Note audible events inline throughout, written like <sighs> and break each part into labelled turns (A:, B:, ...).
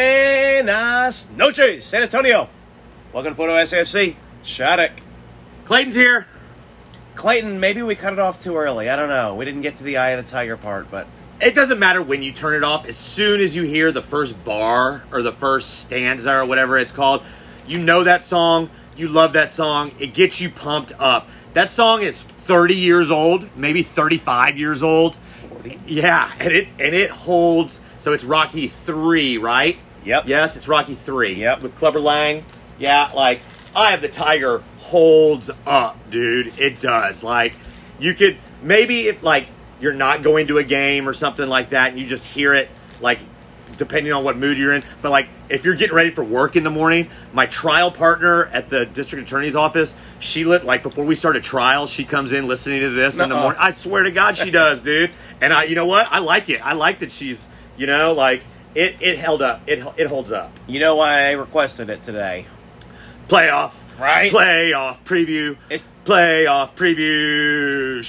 A: Buenas noches, San Antonio. Welcome to Porto SFC. Shattuck.
B: Clayton's here.
A: Clayton, maybe we cut it off too early. I don't know. We didn't get to the eye of the tiger part, but
B: It doesn't matter when you turn it off. As soon as you hear the first bar or the first stanza or whatever it's called, you know that song. You love that song. It gets you pumped up. That song is 30 years old, maybe 35 years old. Yeah, and it and it holds. So it's Rocky three, right?
A: Yep.
B: Yes, it's Rocky three.
A: Yep.
B: With Clubber Lang. Yeah, like I have the tiger holds up, dude. It does. Like you could maybe if like you're not going to a game or something like that, and you just hear it like depending on what mood you're in. But like if you're getting ready for work in the morning, my trial partner at the district attorney's office, she lit like before we started trial, she comes in listening to this in the
A: Nuh-uh.
B: morning. I swear to God, she does, dude. And I, you know what? I like it. I like that she's, you know, like it. It held up. It it holds up.
A: you know why I requested it today.
B: Playoff,
A: Right.
B: Playoff preview.
A: It's-
B: playoff preview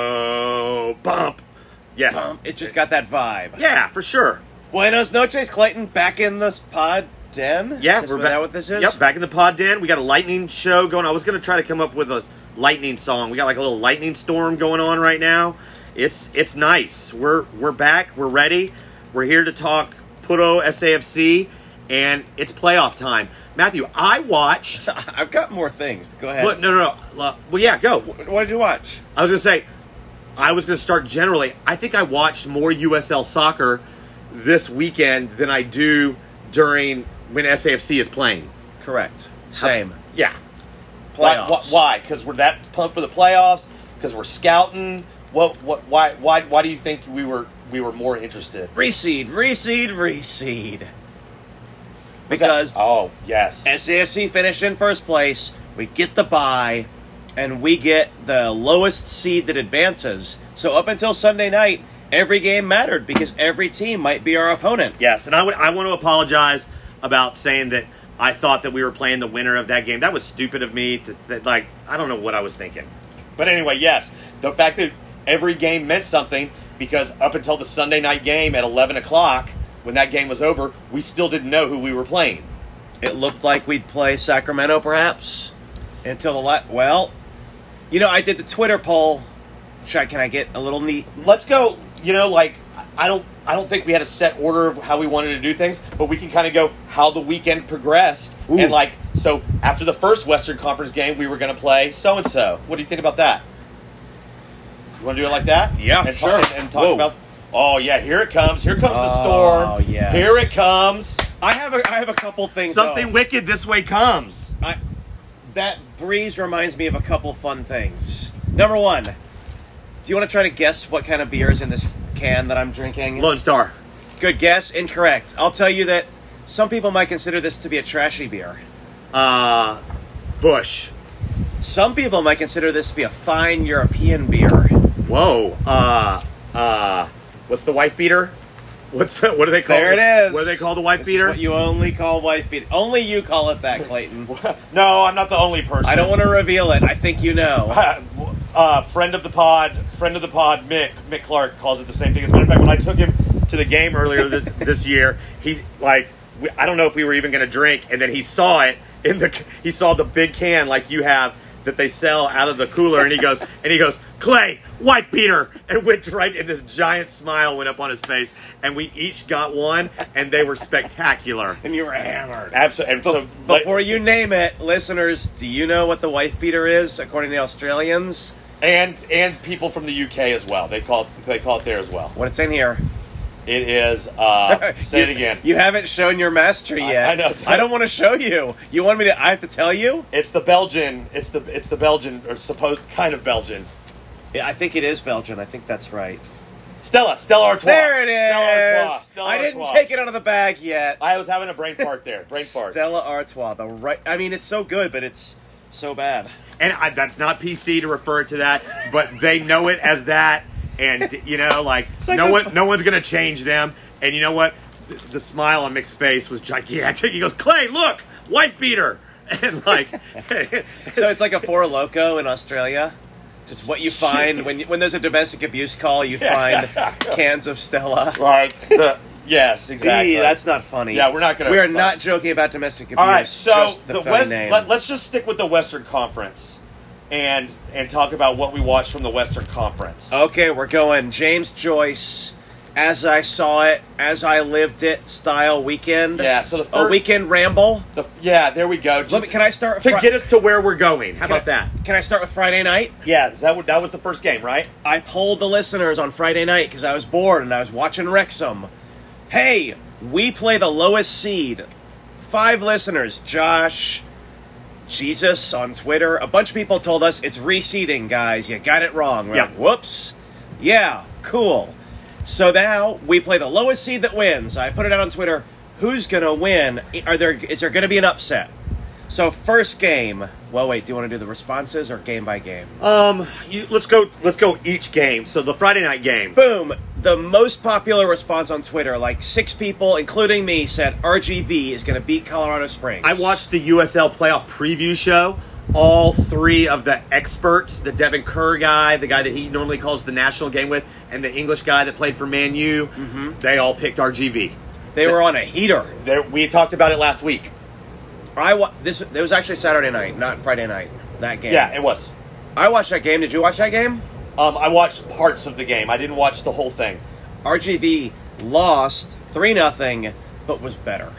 B: show. Bump. Yes.
A: It's just got that vibe.
B: Yeah, for sure.
A: Buenas noches, Clayton. Back in this pod den.
B: Yeah,
A: is this, is that what this is?
B: Yep, back in the pod den. We got a lightning show going. I was gonna try to come up with a lightning song. We got like a little lightning storm going on right now. It's it's nice. We're we're back. We're ready. We're here to talk Puto SAFC, and it's playoff time. Matthew, I watched.
A: <laughs> I've got more things. Go ahead.
B: What? No, no, no. Uh, Well, yeah, go.
A: What did you watch?
B: I was gonna say, I was gonna start generally. I think I watched more USL soccer this weekend than I do during when SAFC is playing.
A: Correct. Same.
B: Yeah.
A: Playoffs.
B: Why? Because we're that pumped for the playoffs. Because we're scouting. What? What? Why? Why? Why do you think we were we were more interested?
A: Reseed, reseed, reseed.
B: Was that-
A: Because
B: oh yes,
A: SAFC finished in first place. We get the bye, and we get the lowest seed that advances. So up until Sunday night, every game mattered because every team might be our opponent.
B: yes. And I would I want to apologize about saying that I thought that we were playing the winner of that game. That was stupid of me to that, like. I don't know what I was thinking. But anyway, yes, the fact that every game meant something because up until the Sunday night game at eleven o'clock, when that game was over, we still didn't know who we were playing.
A: It looked like we'd play Sacramento, perhaps, until the la- well. You know, I did the Twitter poll. Should I, can I get a little neat?
B: let's go you know like i don't i don't think we had a set order of how we wanted to do things but we can kind of go how the weekend progressed
A: Ooh.
B: and like so after the first western conference game we were going to play so and so what do you think about that you want to do it like that
A: Yeah,
B: and
A: sure.
B: talk, and, and talk
A: Whoa.
B: about oh yeah here it comes here comes the
A: Oh,
B: storm
A: yes.
B: here it comes
A: I have a I have a couple things. though.
B: wicked this way comes
A: I, that breeze reminds me of a couple fun things. Number one, do you want to try to guess what kind of beer is in this can that I'm drinking?
B: lone star
A: Good guess, incorrect. I'll tell you that some people might consider this to be a trashy beer.
B: uh bush
A: Some people might consider this to be a fine European beer.
B: Whoa. Uh, uh, what's the wife beater? What's <laughs> what do they call?
A: There it is.
B: What do they call the wife
A: This is
B: beater?
A: What you only call wife beater. Only you call it that, <laughs> Clayton.
B: no, I'm not the only person.
A: I don't want to reveal it. I think you know.
B: want. Uh, friend of the pod, friend of the pod, Mick Mick Clark calls it the same thing. As a matter of fact, when I took him to the game earlier <laughs> this, this year, he like we, I don't know if we were even going to drink, and then he saw it in the c- he saw the big can like you have that they sell out of the cooler, and he <laughs> goes and he goes Clay wife beater, and went right and this giant smile went up on his face, and we each got one, and they were spectacular.
A: And you were hammered.
B: Absolutely. And so,
A: Before you name it, listeners, do you know what the wife beater is, according to the Australians?
B: and and people from the UK as well. They call it, they call it there as well.
A: What it's in here.
B: It is.
A: <laughs>
B: Uh, say it
A: You-
B: again.
A: You haven't shown your mastery
B: I-
A: yet.
B: I know.
A: I don't want to show you. You want me to? I have to tell you.
B: It's the Belgian. It's the it's the Belgian or supposed kind of Belgian.
A: Yeah, I think it is Belgian. I think that's right.
B: Stella. Stella Artois.
A: There
B: Stella
A: it
B: Artois.
A: is.
B: Stella
A: I didn't
B: Artois.
A: take it out of the bag yet.
B: I was having a brain fart there. Brain fart.
A: Stella Artois. The right. I mean, it's so good, but it's so bad.
B: And I, that's not PC to refer to that, but they know it as that. And you know, like,
A: like
B: no
A: a-
B: one, no one's gonna change them. And you know what? The, the smile on Mick's face was gigantic. He goes, "Clay, look, wife beater," <laughs> and
A: <laughs>
B: like,
A: So it's like a
B: <laughs>
A: four loco in Australia. Just what you
B: <laughs>
A: find when you, when there's a domestic abuse call, you find cans of Stella.
B: like the Yes, exactly.
A: Exactly. that's not funny.
B: Yeah, we're not gonna-
A: We are not joking about domestic abuse.
B: All right, so
A: just the,
B: the,
A: funny
B: West.
A: name.
B: Let, us just stick with the Western Conference, and and talk about what we watched from the Western Conference.
A: Okay, we're going James Joyce, as I saw it, as I lived it, style weekend.
B: Yeah, so the
A: a
B: first,
A: weekend ramble.
B: the, yeah, there we go. Just
A: Let me, can I start
B: to
A: Fri-
B: get us to where we're going? How
A: can
B: about
A: I-
B: that?
A: Can I start with Friday night?
B: Yeah, is that what- that was the first game, right?
A: I polled the listeners on Friday night because I was bored and I was watching Wrexham. Hey, we play the lowest seed. Five listeners, Josh, Jesus on Twitter. A bunch of people told us it's reseeding, guys. You got it wrong. We're
B: Yeah.
A: like, whoops. Yeah, cool. So now we play the lowest seed that wins. I put it out on Twitter. Who's gonna win? Are there is there gonna be an upset? So first game. Well, wait. Do you want to do the responses or game by game?
B: Um, you, let's go. Let's go each game. So the Friday night game.
A: boom, the most popular response on Twitter, like six people, including me, said RGV is going to beat Colorado Springs.
B: I watched the USL playoff preview show. All three of the experts, the Devin Kerr guy, the guy that he normally calls the national game with, and the English guy that played for Man U,
A: Mm-hmm.
B: they all picked RGV.
A: They were on a heater.
B: There, we talked about it last week.
A: I wa- this. It was actually Saturday night, not Friday night. That game.
B: Yeah, it was.
A: I watched that game. Did you watch that game?
B: Um, I watched parts of the game. I didn't watch the whole thing.
A: RGV lost three nothing, but was better.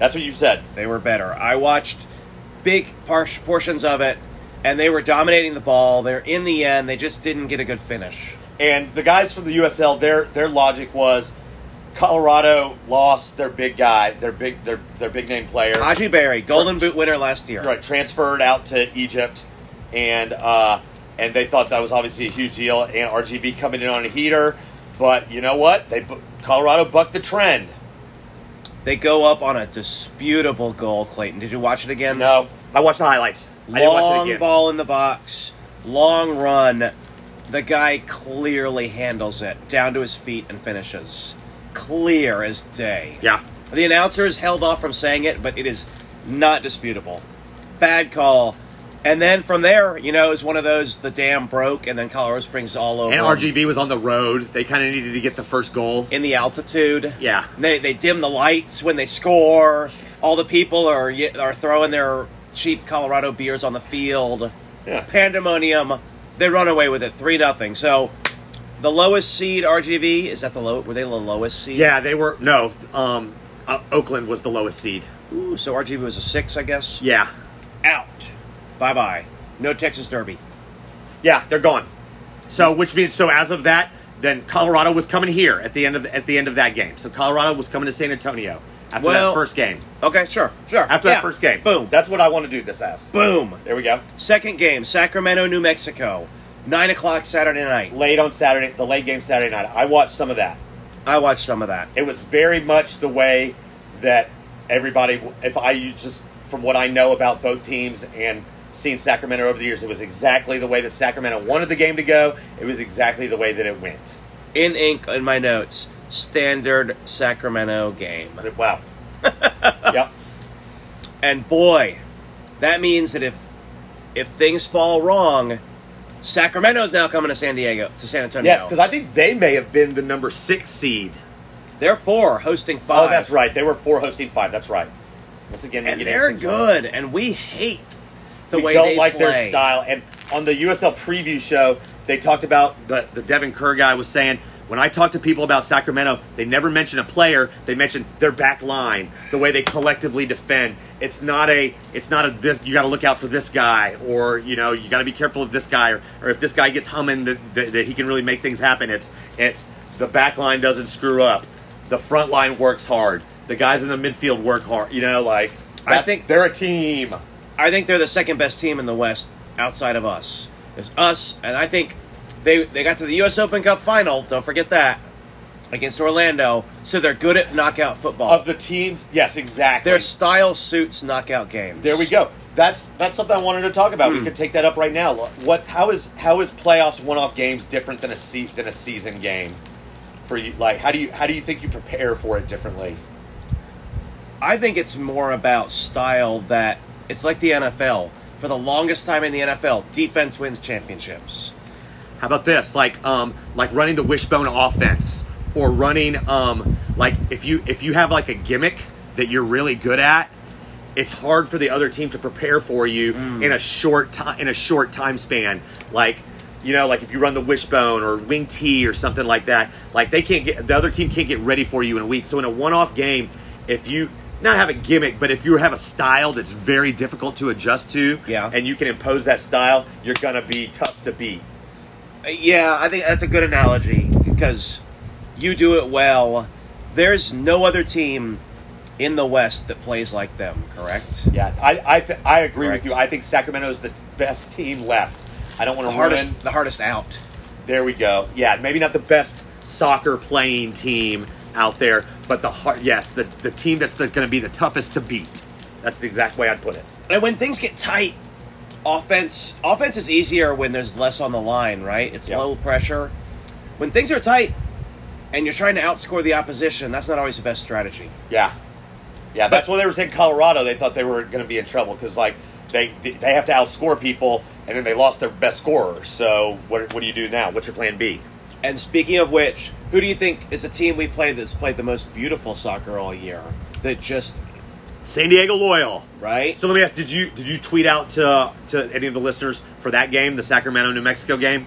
B: That's what you said.
A: They were better. I watched big par- portions of it, and they were dominating the ball. They're in the end. They just didn't get a good finish.
B: And the guys from the USL, their their logic was Colorado lost their big guy, their big their their big name player.
A: Haji Berry, Golden Boot winner last year.
B: right, transferred out to Egypt, and uh, and they thought that was obviously a huge deal. And RGV coming in on a heater, but you know what? They bu- Colorado bucked the trend.
A: They go up on a disputable goal, Clayton. Did you watch it again?
B: No, I watched the highlights. I didn't watch it
A: Long
B: again.
A: ball in the box, long run. The guy clearly handles it down to his feet and finishes. Clear as day.
B: Yeah,
A: The announcer is held off from saying it, but it is not disputable. Bad call. And then from there, you know, it's one of those the dam broke, and then Colorado Springs is all over.
B: and
A: 'em.
B: RGV was on the road. They kind of needed to get the first goal.
A: in the altitude.
B: Yeah.
A: They, they dim the lights when they score. All the people are ye- are throwing their cheap Colorado beers on the field.
B: Yeah.
A: Pandemonium. They run away with it 3 nothing. So the lowest seed RGV is that the low were they the lowest seed?
B: Yeah, they were no. Um, uh, Oakland was the lowest seed.
A: Ooh, so RGV was a 6, I guess.
B: Yeah,
A: Out. Bye-bye. No Texas Derby.
B: yeah, they're gone. So, which means so as of that, then Colorado was coming here at the end of at the end of that game. So Colorado was coming to San Antonio after
A: Well-
B: that first game.
A: Okay, sure. Sure.
B: After
A: Yeah.
B: that first game,
A: Boom.
B: That's what I want to do this as.
A: Boom.
B: There we go.
A: Second game, Sacramento, New Mexico. 9 o'clock Saturday night.
B: Late on Saturday, the late game Saturday night. I watched some of that.
A: I watched some of that.
B: It was very much the way that everybody. If I you just from what I know about both teams and seeing Sacramento over the years, it was exactly the way that Sacramento wanted the game to go. It was exactly the way that it went.
A: in ink in my notes standard Sacramento game.
B: Wow. yep.
A: And boy, that means that if if things fall wrong, Sacramento's now coming to San Diego to San Antonio.
B: Yes, because I think they may have been the number six seed.
A: they're four hosting five.
B: Oh, that's right. They were four hosting five. That's right. Once again,
A: And
B: you know,
A: they're
B: things wrong.
A: good, and we hate the
B: We
A: way
B: don't
A: they
B: like
A: play.
B: their style. And on the USL preview show, they talked about the the Devin Kerr guy was saying. When I talk to people about Sacramento, they never mention a player. They mention their back line, the way they collectively defend. It's not a, it's not a this. You got to look out for this guy, or you know, you got to be careful of this guy, or, or if this guy gets humming, that, that, that he can really make things happen. It's, it's the back line doesn't screw up, the front line works hard, the guys in the midfield work hard. You know, like
A: I
B: that-
A: think-
B: they're a team.
A: I think they're the second best team in the West outside of us. It's us, and I think they they got to the U.S. Open Cup final. Don't forget that against Orlando. So they're good at knockout football.
B: of the teams. Yes, exactly.
A: Their style suits knockout games.
B: there we go. That's that's something I wanted to talk about. We could take that up right now. What? How is how is playoffs one off games different than a se- than a season game? For you, like how do you how do you think you prepare for it differently?
A: I think it's more about style that it's like the NFL. For the longest time in the NFL, defense wins championships.
B: How about this? Like um like running the wishbone offense or running um like if you if you have like a gimmick that you're really good at, it's hard for the other team to prepare for you in a short time in a short time span. Like you know, like if you run the wishbone or wing T or something like that, like they can't get the other team can't get ready for you in a week. So in a one-off game, if you not have a gimmick, but if you have a style that's very difficult to adjust to,
A: Yeah.
B: and you can impose that style, you're gonna be tough to beat.
A: Uh, Yeah, I think that's a good analogy because you do it well. There's no other team in the West that plays like them, correct?
B: Yeah, I I, th- I agree
A: Correct.
B: with you. I think Sacramento is the t- best team left. I don't want
A: The
B: to
A: hardest,
B: ruin.
A: the hardest out.
B: There we go. Yeah, maybe not the best soccer playing team out there, but the hard. Yes, the the team that's going to be the toughest to beat. That's the exact way I'd put it.
A: And when things get tight, offense offense is easier when there's less on the line, right? It's
B: Yeah.
A: low pressure. When things are tight and you're trying to outscore the opposition, that's not always the best strategy.
B: Yeah, yeah. That's what they were saying. Colorado, they thought they were going to be in trouble because like they they have to outscore people, and then they lost their best scorer. So what what do you do now? What's your plan B?
A: And speaking of which, who do you think is the team we played that's played the most beautiful soccer all year? That just
B: San Diego Loyal.
A: right?
B: So let me ask: Did you did you tweet out to to any of the listeners for that game, the Sacramento New Mexico game,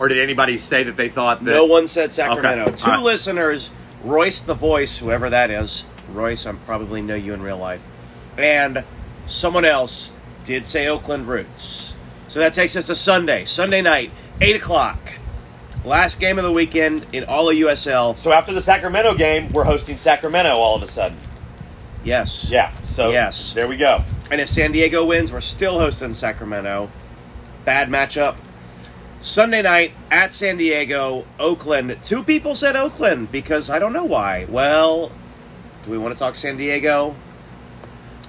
B: or did anybody say that they thought that?
A: No one said Sacramento.
B: Okay.
A: Two
B: All right.
A: listeners, Royce the Voice, whoever that is. Royce, I probably know you in real life. And someone else did say Oakland Roots. So that takes us to Sunday. Sunday night, 8 o'clock. Last game of the weekend in all of USL.
B: So after the Sacramento game, we're hosting Sacramento all of a sudden.
A: Yes.
B: Yeah. So
A: Yes.
B: there we go.
A: And if San Diego wins, we're still hosting Sacramento. Bad matchup. Sunday night at San Diego, Oakland. Two people said Oakland because I don't know why. Well, do we want to talk San Diego?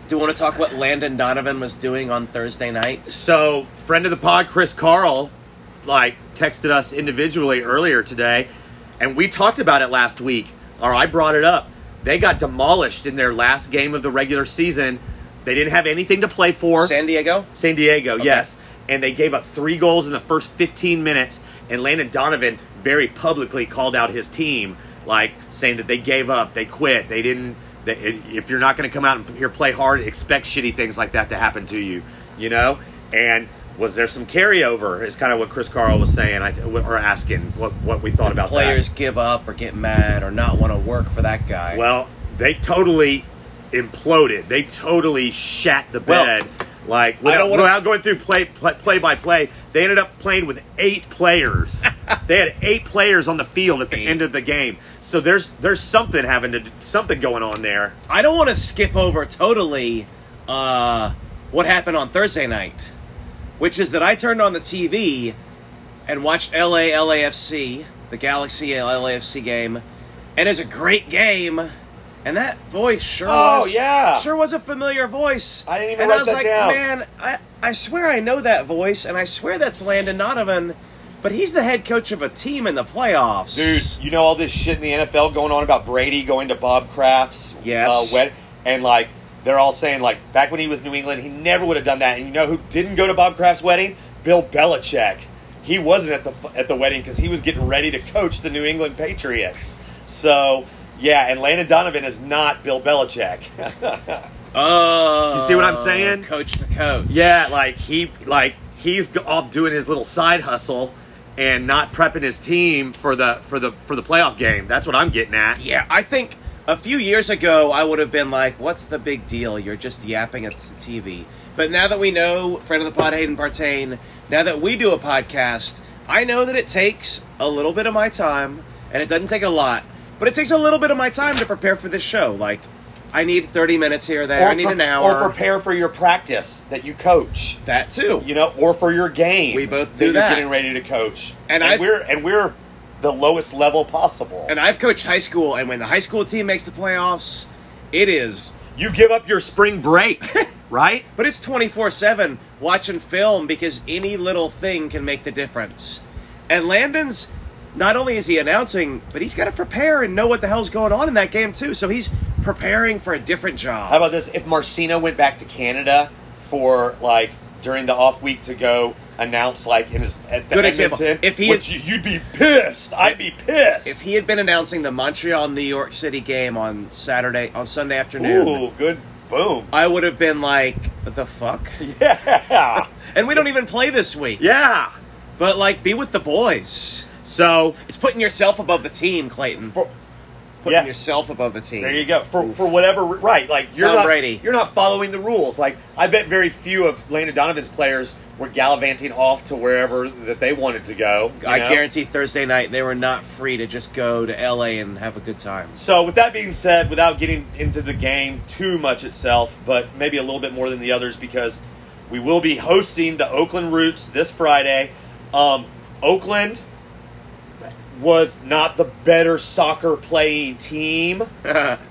A: Do we want to talk what Landon Donovan was doing on Thursday night?
B: So friend of the pod, Chris Carl, like texted us individually earlier today, and we talked about it last week, or I brought it up. They got demolished in their last game of the regular season. They didn't have anything to play for.
A: San Diego?
B: San Diego, yes. And they gave up three goals in the first 15 minutes. And Landon Donovan very publicly called out his team, like saying that they gave up, they quit, they didn't. That if you're not going to come out and here play hard, expect shitty things like that to happen to you, you know. And was there some carryover? Is kind of what Chris Carl was saying, I, or asking what what we thought about that.
A: Players give up or get mad or not want to work for that guy.
B: Well, they totally imploded. They totally shat the
A: Well,
B: bed. like
A: I don't
B: without,
A: wanna
B: without
A: s-
B: going through play, play play by play, they ended up playing with
A: <laughs>
B: eight players. they had eight players on the field at the
A: Eight.
B: end of the game. So there's there's something having to something going on there.
A: I don't want to skip over totally uh, what happened on Thursday night, which is that I turned on the TV and watched LA LAFC, the Galaxy LAFC game, and it's a great game. And that voice sure
B: Oh,
A: was,
B: yeah.
A: sure was a familiar voice.
B: I didn't even
A: and
B: write
A: I was
B: that
A: like,
B: down.
A: man, I, I swear I know that voice, and I swear that's Landon Donovan, but he's the head coach of a team in the playoffs.
B: Dude, you know all this shit in the NFL going on about Brady going to Bob Kraft's
A: Yes.
B: uh, wed- and like they're all saying like back when he was New England, he never would have done that. And you know who didn't go to Bob Kraft's wedding? Bill Belichick. He wasn't at the at the wedding because he was getting ready to coach the New England Patriots. So yeah, and Landon Donovan is not Bill Belichick. <laughs>
A: Oh,
B: You see what I'm saying?
A: Coach to coach.
B: Yeah, like he like he's go- off doing his little side hustle and not prepping his team for the for the for the playoff game. That's what I'm getting at.
A: Yeah, I think a few years ago I would have been like, "What's the big deal? You're just yapping at the TV." But now that we know friend of the pod Hayden Partain, now that we do a podcast, I know that it takes a little bit of my time, and it doesn't take a lot, but it takes a little bit of my time to prepare for this show. Like, I need 30 minutes here, or there. I need
B: pre-
A: an hour.
B: Or prepare for your practice that you coach.
A: that too.
B: You know, or for your game.
A: We both
B: that
A: do
B: you're
A: that.
B: Getting ready to coach,
A: And I've-
B: we're and we're the lowest level possible.
A: and I've coached high school, and when the high school team makes the playoffs, it is
B: you give up your
A: <laughs>
B: spring break, right?
A: But it's 24 7 watching film because any little thing can make the difference. And Landon's not only is he announcing, but he's got to prepare and know what the hell's going on in that game, too. So he's preparing for a different
B: How
A: job.
B: about this? If Marcino went back to Canada for like during the off week to go announced like in his at the
A: Good
B: Edmonton,
A: example. If he
B: which you, would be pissed. I'd be pissed.
A: If he had been announcing the Montreal New York City game on Saturday on Sunday afternoon,
B: Ooh, good boom.
A: I would have been like, "What the fuck?"
B: Yeah,
A: <laughs> And we don't even play this week.
B: yeah.
A: But like, be with the boys.
B: So
A: It's putting yourself above the team, Clayton.
B: for,
A: putting
B: yeah.
A: yourself above the team.
B: There you go. For for whatever re- right, like you're
A: Tom
B: not
A: Brady.
B: you're not following the rules. Like I bet very few of Lena Donovan's players were gallivanting off to wherever that they wanted to go. you
A: I
B: know?
A: guarantee Thursday night they were not free to just go to LA and have a good time.
B: So with that being said, without getting into the game too much itself, but maybe a little bit more than the others because we will be hosting the Oakland Roots this Friday. Um, Oakland was not the better soccer playing team.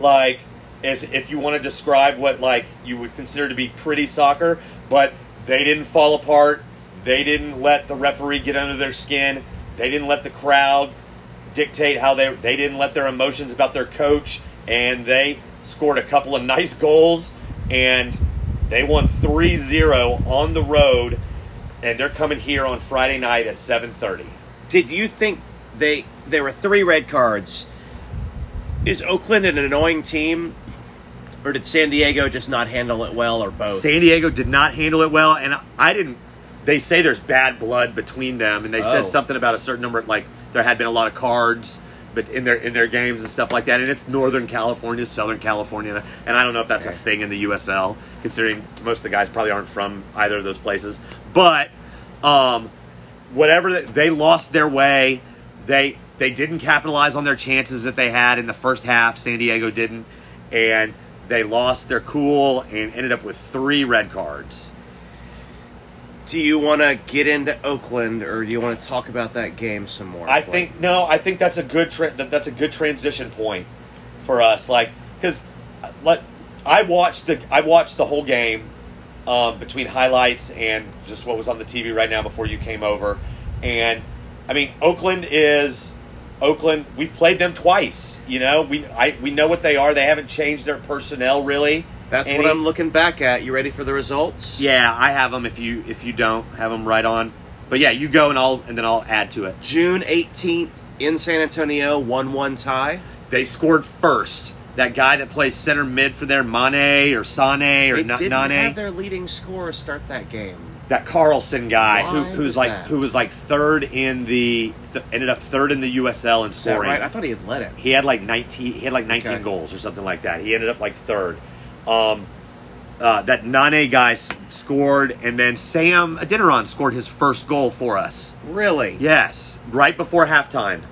B: like if if you want to describe what like you would consider to be pretty soccer, but they didn't fall apart. They didn't let the referee get under their skin. They didn't let the crowd dictate how they they didn't let their emotions about their coach and they scored a couple of <laughs> nice goals and they won 3-0 on the road and they're coming here on Friday night at 7:30.
A: Did you think they there were three red cards? Is Oakland an annoying team, or did San Diego just not handle it well, or both?
B: San Diego did not handle it well, and I didn't. They say there's bad blood between them, and they
A: Oh.
B: said something about a certain number, like there had been a lot of cards, but in their in their games and stuff like that. And it's Northern California, Southern California, and I don't know if that's a thing in the USL, considering most of the guys probably aren't from either of those places. But um, whatever that- they lost their way, they they didn't capitalize on their chances that they had in the first half. San Diego didn't, and they lost their cool and ended up with three red cards.
A: Do you want to get into Oakland, or do you want to talk about that game some more?
B: I think no. I think that's a good tra- that, that's a good transition point for us. Like because like I watched the I watched the whole game um, between highlights and just what was on the TV right now before you came over, and I mean Oakland is Oakland. We've played them twice. You know we I we know what they are. They haven't changed their personnel really.
A: that's
B: Any-
A: what I'm looking back at. You ready for the results?
B: Yeah, I have them. If you if you don't have them right on, but yeah, you go and I'll and then I'll add to it.
A: June 18th in San Antonio, one-one tie.
B: they scored first. That guy that plays center mid for their Mane or Sane or
A: They
B: Na-
A: didn't
B: Nane,
A: have their leading scorer start that game.
B: that Carlson guy who,
A: Why
B: who's
A: was
B: like
A: that?
B: who was like third in the th- ended up third in the USL in
A: Is that
B: scoring.
A: right? I thought he had led it.
B: he had like nineteen. He had like nineteen
A: Okay.
B: goals or something like that. He ended up like third. Um, uh, that Nane guy s- scored, and then Sam Adeniran scored his first goal for us.
A: Really?
B: Yes, right before halftime,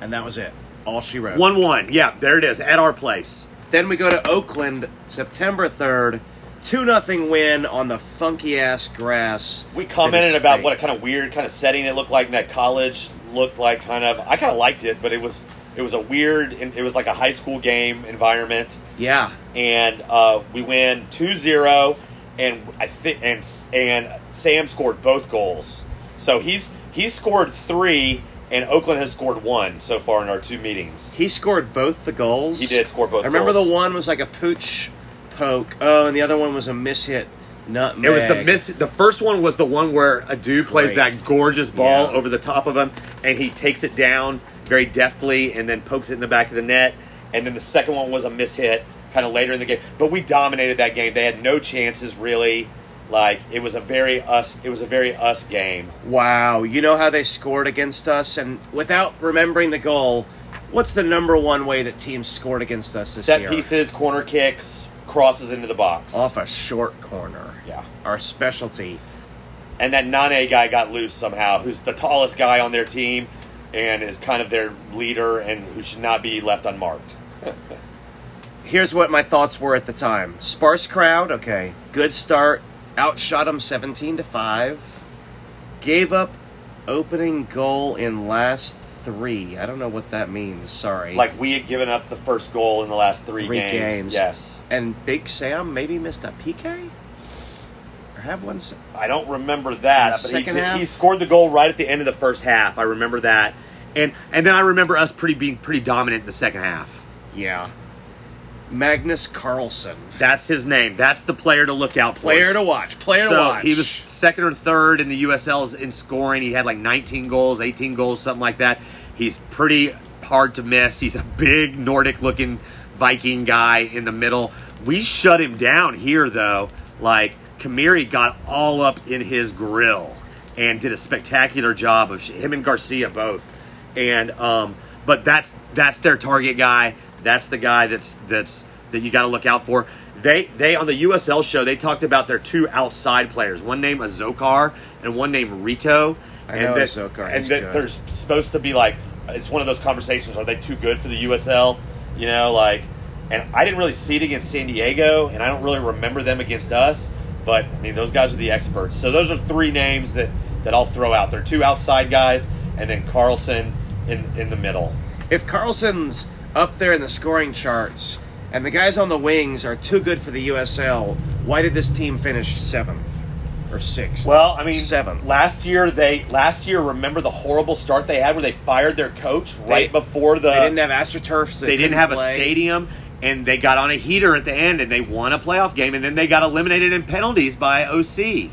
A: And that was it. All she wrote.
B: one-one. Yeah, there it is at our place.
A: Then we go to Oakland, September 3rd. 2 nothing win on the funky ass grass.
B: We commented
A: That is
B: about
A: fake.
B: what a kind of weird kind of setting it looked like. And that college looked like kind of. I kind of liked it, but it was it was a weird. It was like a high school game environment,
A: Yeah.
B: and uh, we win 2-0, and I think and and Sam scored both goals. So he's he scored three, and Oakland has scored one so far in our two meetings.
A: He scored both the goals.
B: He did score both
A: I remember
B: goals.
A: the one was like a pooch poke. Oh, and the other one was a miss hit nutmeg.
B: It was the miss. The first one was the one where a dude plays
A: Great.
B: that gorgeous ball
A: Yeah.
B: over the top of him, and he takes it down very deftly, and then pokes it in the back of the net. And then the second one was a miss hit, kind of later in the game. But we dominated that game. They had no chances really. Like it was a very us. It was a very us game.
A: Wow, you know how they scored against us, and without remembering the goal, what's the number one way that teams scored against us this
B: Set
A: year?
B: pieces, corner kicks, crosses into the box.
A: off a short corner.
B: Yeah.
A: our specialty.
B: and that Nane guy got loose somehow, who's the tallest guy on their team, and is kind of their leader, and who should not be left unmarked.
A: Here's what my thoughts were at the time: sparse crowd, okay, good start. Outshot them seventeen to five. Gave up opening goal in last three. I don't know what that means. Sorry.
B: Like we had given up the first goal in the last three,
A: Three
B: games.
A: games.
B: Yes,
A: and Big Sam maybe missed a PK, or have one. s-
B: I don't remember that, but he,
A: Second
B: did,
A: half?
B: he scored the goal right at the end of the first half. I remember that, and and then I remember us pretty being pretty dominant in the second half.
A: Yeah. Magnus Carlson.
B: That's his name. That's the player to look out for.
A: Player to watch. Player to
B: so
A: watch.
B: he was second or third in the USL in scoring. He had like 19 goals, 18 goals, something like that. He's pretty hard to miss. He's a big Nordic-looking Viking guy in the middle. We shut him down here though. Like Kamiri got all up in his grill and did a spectacular job of him and Garcia both. And um, but that's that's their target guy. That's the guy that's that's that you got to look out for. They they on the USL show they talked about their two outside players, one named Azokar and one named Rito.
A: I
B: and
A: know
B: that,
A: Azokar,
B: And
A: he's
B: that
A: good.
B: they're supposed to be like it's one of those conversations. Are they too good for the USL? You know, like, and I didn't really see it against San Diego, and I don't really remember them against us. But I mean, those guys are the experts. So those are three names that that I'll throw out. They're two outside guys, and then Carlson in in the middle.
A: if Carlson's up there in the scoring charts and the guys on the wings are too good for the USL, why did this team finish seventh or sixth?
B: Well, I mean,
A: seventh.
B: Last year they last year remember the horrible start they had where they fired their coach right before the
A: they didn't have AstroTurfs. so
B: uh, they didn't
A: couldn't
B: have
A: play.
B: a stadium and they got on a heater at the end and they won a playoff game and then they got eliminated in penalties by OC.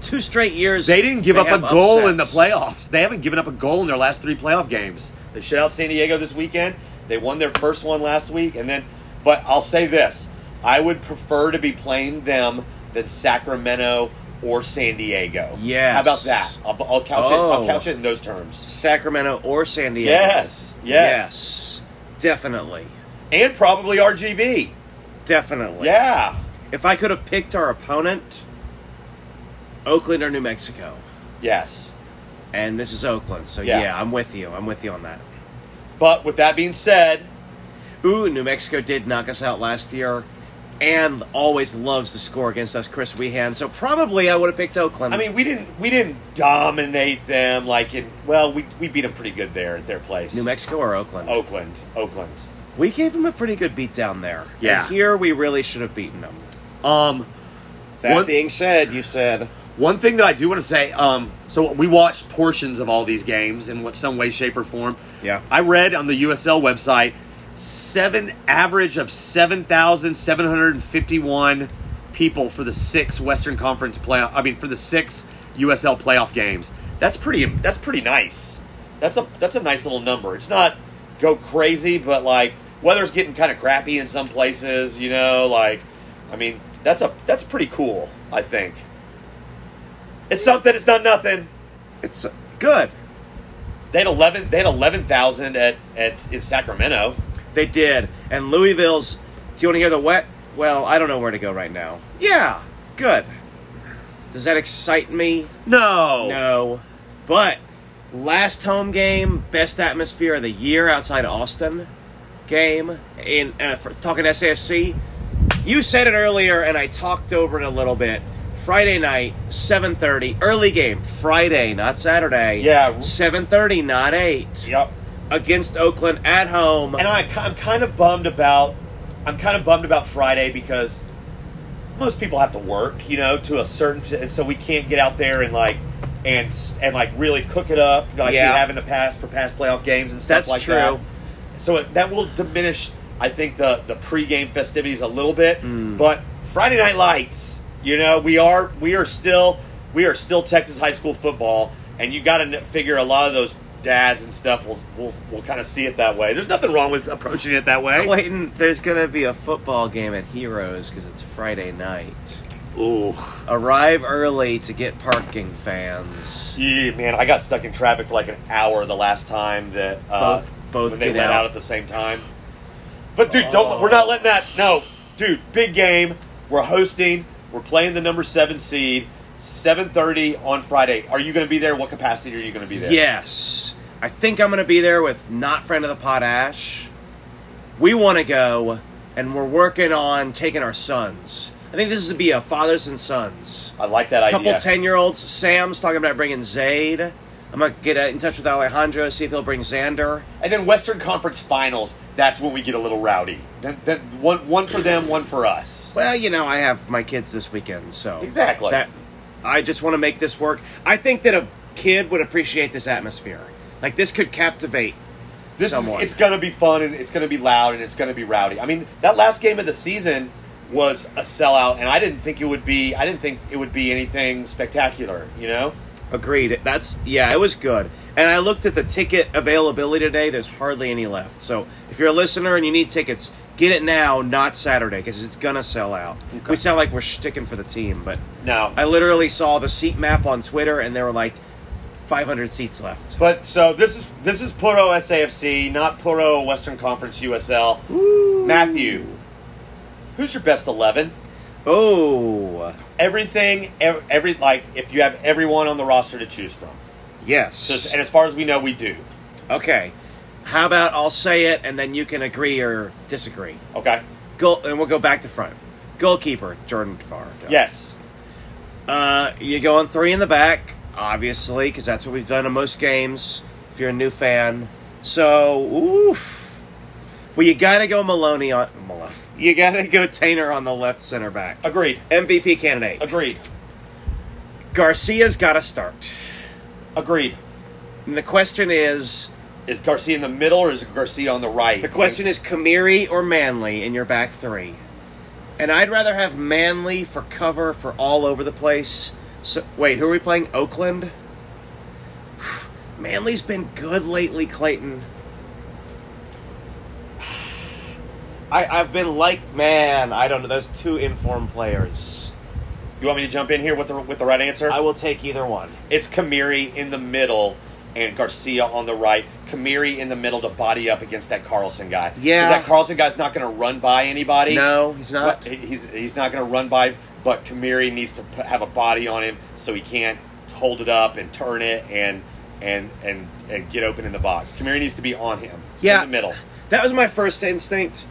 A: Two straight years.
B: They didn't give up
A: have
B: a goal in the
A: upsets.
B: playoffs. They haven't given up a goal in their last three playoff games. They shut out San Diego this weekend. They won their first one last week, and then. But I'll say this: I would prefer to be playing them than Sacramento or San Diego.
A: Yes.
B: How about that? I'll, I'll couch it.
A: Oh.
B: I'll couch it in those terms.
A: Sacramento or San Diego.
B: Yes, yes,
A: Yes. Definitely.
B: and probably RGV.
A: Definitely.
B: Yeah,
A: If I could have picked our opponent, Oakland or New Mexico.
B: yes.
A: And this is Oakland. So
B: Yeah.
A: yeah I'm with you. I'm with you on that.
B: But with that being said,
A: Ooh, New Mexico did knock us out last year and always loves to score against us, Chris Weehan. So probably I would have picked Oakland.
B: I mean, we didn't we didn't dominate them like in. Well, we we beat them pretty good there at their place.
A: New Mexico or Oakland?
B: Oakland, Oakland.
A: We gave them a pretty good beat down there.
B: Yeah.
A: And here we really should have beaten them.
B: Um,
A: That
B: One-
A: being said, you said
B: one thing that I do want to say. Um, so we watched portions of all these games in what some way, shape, or form.
A: Yeah.
B: I read on the USL website seven average of seven thousand seven hundred and fifty-one people for the six Western Conference playoff. I mean, for the six USL playoff games. That's pretty. That's pretty nice. That's a that's a nice little number. It's not go crazy, but like weather's getting kind of crappy in some places. You know, like I mean, that's a that's pretty cool. I think it's something. It's not nothing.
A: it's good.
B: They had eleven. They had eleven thousand at at in Sacramento.
A: They did. And Louisville's. Do you want to hear the wet? Well, I don't know where to go right now. Yeah, good. Does that excite me?
B: No.
A: No. But last home game, best atmosphere of the year outside Austin game in uh, for, talking SAFC. You said it earlier and I talked over it a little bit. Friday night, 7:30, early game, Friday, not Saturday.
B: Yeah.
A: 7:30, not 8.
B: Yep.
A: Against Oakland at home.
B: And I, I'm kind of bummed about. I'm kind of bummed about Friday because most people have to work, you know, to a certain, and so we can't get out there and like, and s- and like really cook it up like
A: Yeah.
B: we have in the past for past playoff games and stuff
A: That's
B: like
A: true.
B: that. So it, that will diminish, I think, the the pregame festivities a little bit. But Friday night lights, you know, we are we are still we are still Texas high school football, and you got to figure a lot of those dads and stuff will will, will kind of see it that way. There's nothing wrong with approaching it that way.
A: Clayton, there's going to be a football game at Heroes because it's Friday night.
B: Ooh,
A: Arrive early to get parking fans.
B: yeah, man, I got stuck in traffic for like an hour the last time that uh,
A: Both- both
B: when they
A: get
B: let
A: out. Oh.
B: out at the same time. But dude, don't we're not letting that. No, dude, big game. We're hosting. We're playing the number seven seed. Seven thirty on Friday. Are you going to be there? What capacity are you going to be there?
A: Yes. I think I'm going to be there with not friend of the pot Ash. We want to go, and we're working on taking our sons. I think this is be a fathers and sons.
B: I like that
A: A couple
B: idea.
A: 10 year olds. Sam's talking about bringing Zaid. I'm going to get in touch with Alejandro, see if he'll bring Xander.
B: and then Western Conference Finals. That's when we get a little rowdy. Then, then one one for them, one for us.
A: Well, you know, I have my kids this weekend, so
B: Exactly.
A: That I just want to make this work. I think that a kid would appreciate this atmosphere. Like this could captivate
B: This is,
A: someone.
B: it's going to be fun and it's going to be loud and it's going to be rowdy. I mean, that last game of the season was a sellout, and I didn't think it would be. I didn't think it would be anything spectacular. You know,
A: Agreed. That's yeah, it was good. And I looked at the ticket availability today. There's hardly any left. So if you're a listener and you need tickets, get it now, not Saturday, because it's gonna sell out. We sound like we're sticking for the team, but
B: no.
A: I literally saw the seat map on Twitter, and there were like 500 seats left.
B: But so this is this is Puro SAFC, not Puro Western Conference USL. Matthew, who's your best eleven?
A: Oh,
B: Everything, ev- every like if you have everyone on the roster to choose from. So,
A: yes.
B: and as far as we know, we do.
A: Okay. How about I'll say it, and then you can agree or disagree.
B: Okay.
A: Goal, and we'll go back to front. Goalkeeper Jordan Farr.
B: Yes.
A: Uh, you go on three in the back, obviously, because that's what we've done in most games. If you're a new fan, so oof. Well, you gotta go Maloney on Maloney. You gotta go Tainer on the left center back.
B: Agreed.
A: MVP candidate
B: Agreed.
A: Garcia's gotta start.
B: Agreed.
A: And the question is,
B: Is Garcia in the middle or is Garcia on the right?
A: the question is Kamiri or Manley in your back three. And I'd rather have Manley for cover for all over the place. So wait, who are we playing? Oakland. <sighs> Manley's been good lately, Clayton. <sighs> I, I've been like, man, I don't know. Those two informed players.
B: You want me to jump in here with the with the right answer?
A: I will take either one.
B: it's Kamiri in the middle and Garcia on the right. Kamiri in the middle to body up against that Carlson guy. 'Cause
A: Yeah.
B: that Carlson guy's not going to run by anybody.
A: No, he's
B: But
A: not.
B: he- he's he's not going to run by. But Kamiri needs to put, have a body on him so he can't hold it up and turn it and and and and get open in the box. Kamiri needs to be on him.
A: Yeah.
B: In the middle.
A: That was my first instinct.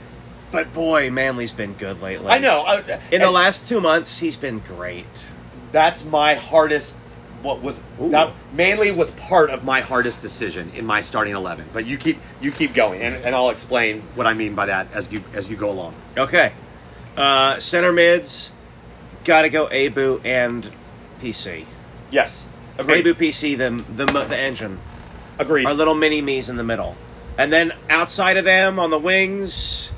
A: But boy, Manley's been good lately.
B: I know. I,
A: In the
B: and-
A: last two months, he's been great.
B: that's my hardest what was
A: Ooh.
B: that Manley was part of my hardest decision in my starting 11 but you keep you keep going and, and I'll explain what I mean by that as you as you go along
A: Okay. Uh, center mids, gotta go Abu and PC.
B: yes
A: Abu PC, the, the mo- the engine.
B: agreed
A: Our little mini me's in the middle, and then outside of them on the wings,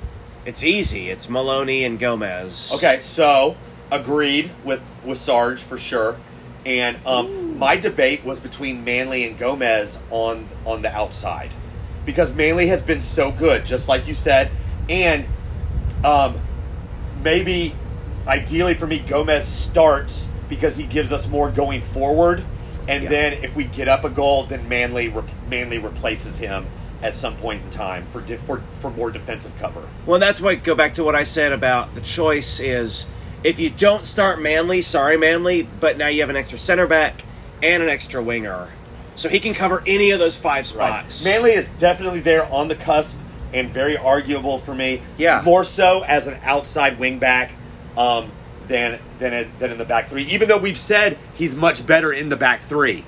A: it's easy. It's Maloney and Gomez.
B: okay so agreed with with Sarge for sure and um, my debate was between Manley and Gomez on on the outside because Manley has been so good just like you said and um, maybe ideally for me Gomez starts because he gives us more going forward and
A: Yeah.
B: then if we get up a goal then Manley re- Manley replaces him at some point in time for de- for for more defensive cover.
A: Well, that's what go back to what I said about the choice is if you don't start Manley, sorry Manley, but now you have an extra center back and an extra winger, so he can cover any of those five spots.
B: Manley is definitely there on the cusp and very arguable for me.
A: Yeah.
B: More so as an outside wing back um, than than in- than in the back three. Even though we've said he's much better in the back three.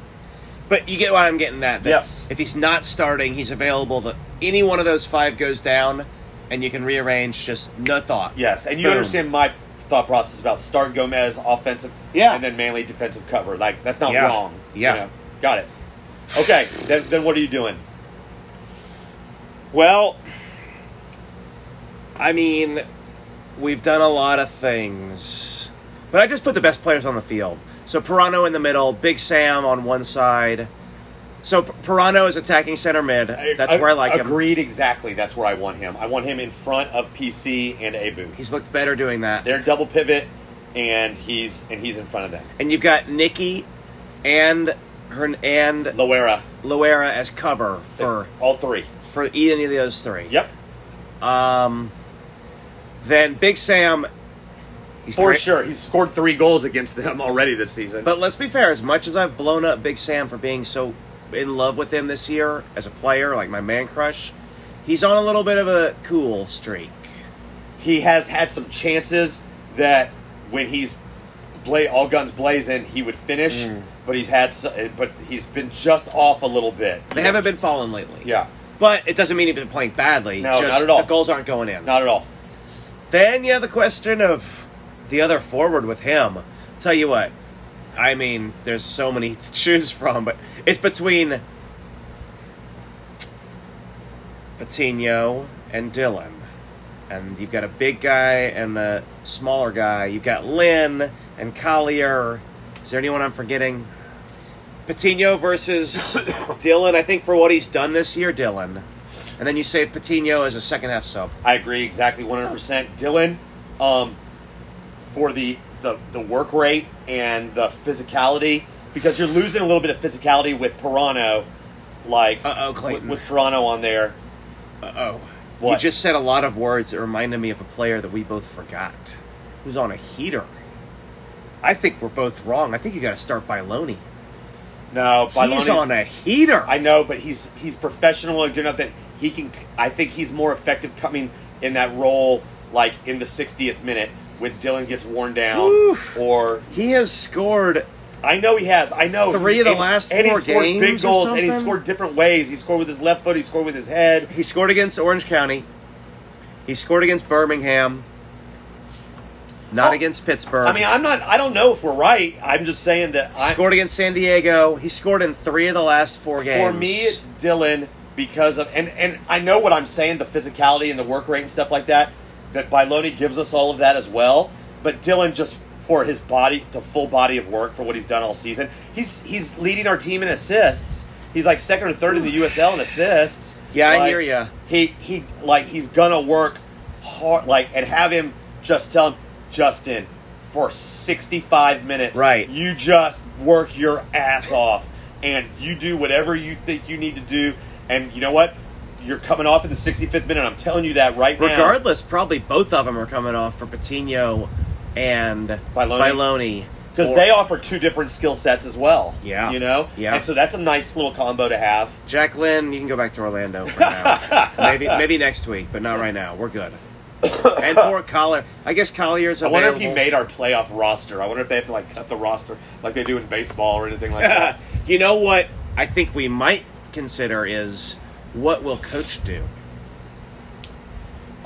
A: But you get what I'm getting at. that
B: Yes.
A: If he's not starting, he's available. That any one of those five goes down, and you can rearrange. Just no thought.
B: Yes, and you
A: Boom.
B: understand my thought process about start Gomez offensive,
A: Yeah.
B: and then Manley defensive cover. Like that's not
A: Yeah.
B: wrong. you
A: Yeah.
B: know? Got it. Okay, then then what are you doing?
A: Well, I mean, we've done a lot of things, but I just put the best players on the field. So Pirano in the middle, Big Sam on one side. So P- Pirano is attacking center mid. That's where I like
B: agreed
A: him.
B: Agreed, exactly. That's where I want him. I want him in front of PC and Abu.
A: He's looked better doing that.
B: They're double pivot, and he's and he's in front of them.
A: And you've got Nikki and her and
B: Loera,
A: Loera as cover for
B: all three.
A: for any of those three.
B: Yep,
A: Then Big Sam, he's
B: for
A: great.
B: sure. He's scored three goals against them already this season.
A: But let's be fair. As much as I've blown up Big Sam for being so in love with him this year as a player, like my man crush, he's on a little bit of a cool streak.
B: he has had some chances that when he's bla all guns blazing, he would finish.
A: Mm.
B: But he's had, so- but he's been just off a little bit.
A: They haven't been falling lately.
B: Yeah,
A: But it doesn't mean he's been playing badly.
B: No,
A: just
B: not at all.
A: The goals aren't going in.
B: not at all.
A: Then you have the question of the other forward with him. Tell you what, I mean, there's so many to choose from, but it's between Patino, and Dylan. And you've got a big guy and a smaller guy. You've got Lynn and Collier. Is there anyone I'm forgetting? Patino versus Dylan. I think for what he's done this year, Dylan. And then you save Patino as a second half sub.
B: I agree exactly 100%. Dylan, um, for the, the, the work rate and the physicality, because you're losing a little bit of physicality with Pirano, like
A: Uh-oh,
B: with,
A: Clayton.
B: with Pirano on there.
A: Uh oh. You
B: What?
A: just said a lot of words that reminded me of a player that we both forgot, who's on a heater. I think we're both wrong. I think you got to start by Loney.
B: No,
A: He's
B: Bailoni's-
A: on a heater.
B: I know, but he's he's professional and good enough that he can. I think he's more effective coming in that role, like in the 60th minute when Dylan gets worn down,
A: Oof.
B: or
A: he has scored.
B: I know he has. I know
A: Three
B: He's-
A: of the
B: and-
A: last
B: and
A: four
B: he scored big
A: games or
B: goals, and he
A: something?
B: scored different ways. He scored with his left foot. He scored with his head.
A: He scored against Orange County. He scored against Birmingham. Not
B: Oh,
A: against Pittsburgh.
B: I mean, I'm not. I don't know if we're right. I'm just saying that. I,
A: scored against San Diego. He scored in three of the last four games.
B: For me, it's Dylan because of and and I know what I'm saying, the physicality and the work rate and stuff like that. That Bailoni gives us all of that as well, but Dylan just for his body, the full body of work for what he's done all season. He's he's leading our team in assists. He's like second or third in the USL in assists.
A: Yeah, I
B: Like,
A: hear ya.
B: He he like he's gonna work hard, like and have him just tell him Justin for 65 minutes.
A: Right.
B: You just work your ass off and you do whatever you think you need to do. And you know what? You're coming off in the 65th minute. I'm telling you that right now.
A: regardless. Probably both of them are coming off for Patino and
B: Bailoni?
A: Bailoni.
B: Because
A: Or-
B: they offer two different skill sets as well.
A: Yeah.
B: You know?
A: Yeah.
B: And so that's a nice little combo to have.
A: Jacqueline, you can go back to Orlando. For <laughs> now. maybe maybe next week, but not right now. We're good. And poor Collier. I guess Collier's
B: I
A: available.
B: wonder if he made our playoff roster. I wonder if they have to like cut the roster like they do in baseball or anything like that.
A: <laughs> you know what? I think we might consider is what will coach do?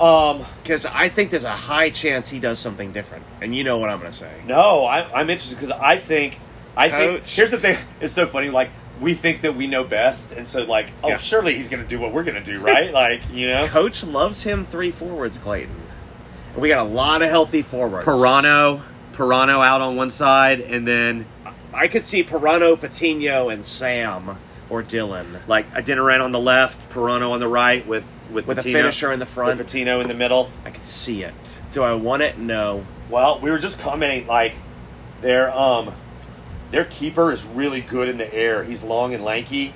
B: Um,
A: Because I think there's a high chance he does something different, and you know what I'm going to say.
B: No, I, I'm interested because I think I think
A: Coach.
B: here's the thing. It's so funny. Like we think that we know best, and so like, oh,
A: Yeah.
B: surely he's going to do what we're going to
A: <laughs>
B: do, right? like you know,
A: Coach loves him three forwards, Clayton. And we got a lot of healthy forwards.
B: Pirano out on one side, and then
A: I could see Pirano, Patino, and Sam or Dylan.
B: like Adinaran on the left, Pirano on the right, with with,
A: With a
B: Patino-
A: finisher in the front.
B: with Patino in the middle.
A: I could see it. Do I want it? No.
B: Well, we were just commenting like their um their keeper is really good in the air. He's long and lanky.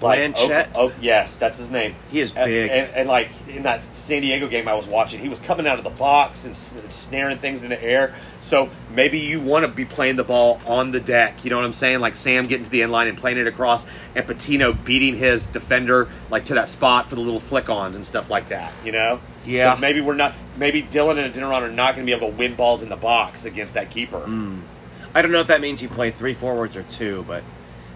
A: Blanchett?
B: Oh, yes, that's his name.
A: He is
B: And-
A: big.
B: And, and, like in that San Diego game I was watching, he was coming out of the box and s- snaring things in the air. So maybe you want to be playing the ball on the deck. You know what I'm saying? Like Sam getting to the end line and playing it across, and Patino beating his defender like to that spot for the little flick-ons and stuff like that. You know?
A: Yeah.
B: 'Cause Maybe we're not. Maybe Dylan and Adeniran are not going to be able to win balls in the box against that keeper.
A: I don't know if that means you play three forwards or two, but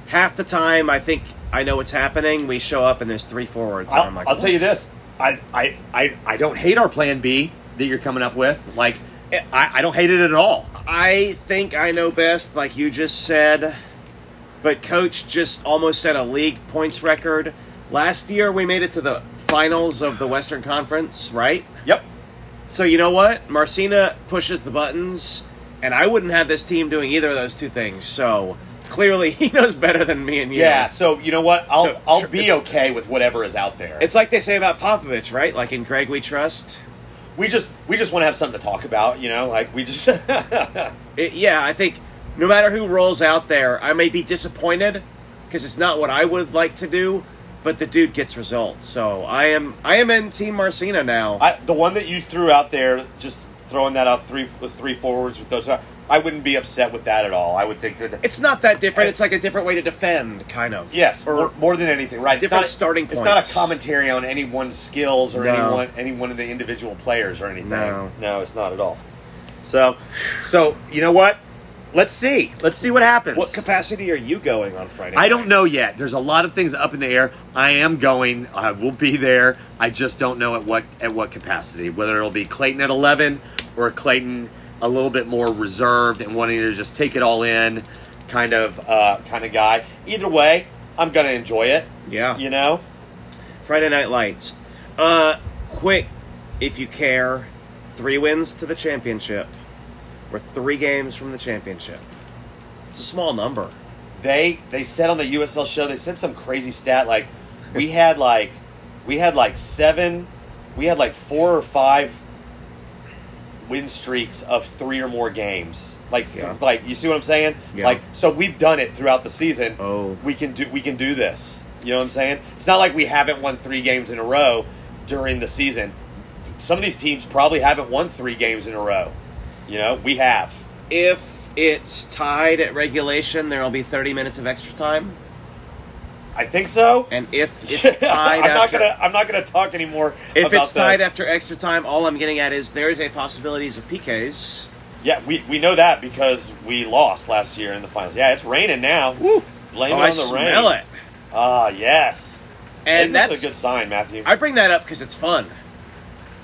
A: half the time I think I know what's happening. We show up and there's three forwards. and
B: I'll,
A: I'm like,
B: I'll tell you this. I, I, I, I don't hate our plan B that you're coming up with. Like, I, I don't hate it at all.
A: I think I know best, like you just said, but coach just almost set a league points record. Last year we made it to the finals of the Western Conference, right?
B: Yep.
A: So you know what? Marcina pushes the buttons, and I wouldn't have this team doing either of those two things. So clearly <laughs> he knows better than me and you.
B: Yeah. so you know what? I'll,
A: So,
B: I'll
A: sure,
B: be
A: it's-
B: okay with whatever is out there.
A: It's like they say about Popovich, right? Like in Greg we trust.
B: we just, we just want to have something to talk about. You know, like we just. <laughs>
A: It- yeah, I think no matter who rolls out there, I may be disappointed because it's not what I would like to do, but the dude gets results. So I am I am in Team Marcina now.
B: I, the one that you threw out there, just throwing that out three, with three forwards with those. I wouldn't be upset with that at all. I would think that
A: it's not that different. It's like a different way to defend, kind of.
B: Yes,
A: Or
B: more, more than anything, right?
A: different
B: it's not,
A: starting
B: It's not
A: points.
B: a commentary on anyone's skills or
A: No.
B: any one any one of the individual players or anything.
A: No.
B: it's not at all. So, so you know what? Let's see. Let's see what happens.
A: what capacity are you going on Friday?
B: I don't
A: night?
B: know yet. There's a lot of things up in the air. I am going. I will be there. I just don't know at what at what capacity. Whether it'll be Clayton at 11 or Clayton a little bit more reserved and wanting to just take it all in, kind of uh, kind of guy. Either way, I'm gonna enjoy it.
A: Yeah.
B: You know.
A: Friday Night Lights. Uh, quick, if you care, three wins to the championship. We're three games from the championship. It's a small number.
B: they they said on the USL show they said some crazy stat like we had like we had like seven we had like four or five win streaks of three or more games like th-
A: Yeah.
B: like you see what I'm saying
A: Yeah.
B: like so we've done it throughout the season
A: Oh.
B: we can do we can do this you know what I'm saying it's not like we haven't won three games in a row during the season some of these teams probably haven't won three games in a row you know we have
A: If it's tied at regulation, there'll be 30 minutes of extra time.
B: I think so
A: And if
B: <laughs>
A: it's <laughs> tied
B: I'm
A: after,
B: not gonna. I'm not gonna talk anymore.
A: if
B: about
A: it's tied
B: this.
A: after extra time, all I'm getting at is there is a possibilities of PKs.
B: yeah, we, we know that because we lost last year in the finals. Yeah, it's raining now.
A: Woo!
B: Blame
A: oh,
B: it on
A: I
B: the
A: smell
B: rain.
A: it.
B: Ah, yes.
A: And
B: Maybe
A: that's
B: a good sign, Matthew.
A: I bring that up because it's fun.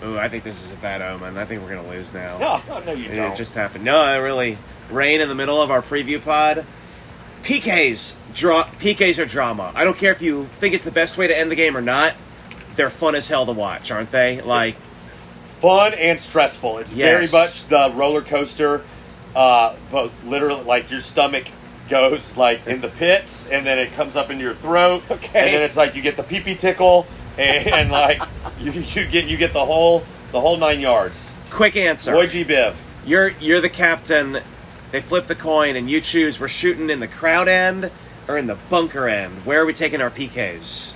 A: Ooh, I think this is a bad omen. I think we're gonna lose now.
B: no, no, you
A: it
B: don't.
A: just happened. No, I really rain in the middle of our preview pod. PKs draw. PKs are drama. I don't care if you think it's the best way to end the game or not. They're fun as hell to watch, aren't they? Like,
B: Fun and stressful. It's
A: Yes.
B: very much the roller coaster, uh, but literally, like your stomach goes like in the pits, and then it comes up into your throat,
A: <laughs> Okay.
B: and then it's like you get the pee pee tickle, and, and <laughs> like you, you get you get the whole the whole nine yards.
A: quick answer.
B: Boy G Biv.
A: You're you're the captain. They flip the coin and you choose. We're shooting in the crowd end or in the bunker end. Where are we taking our PKs?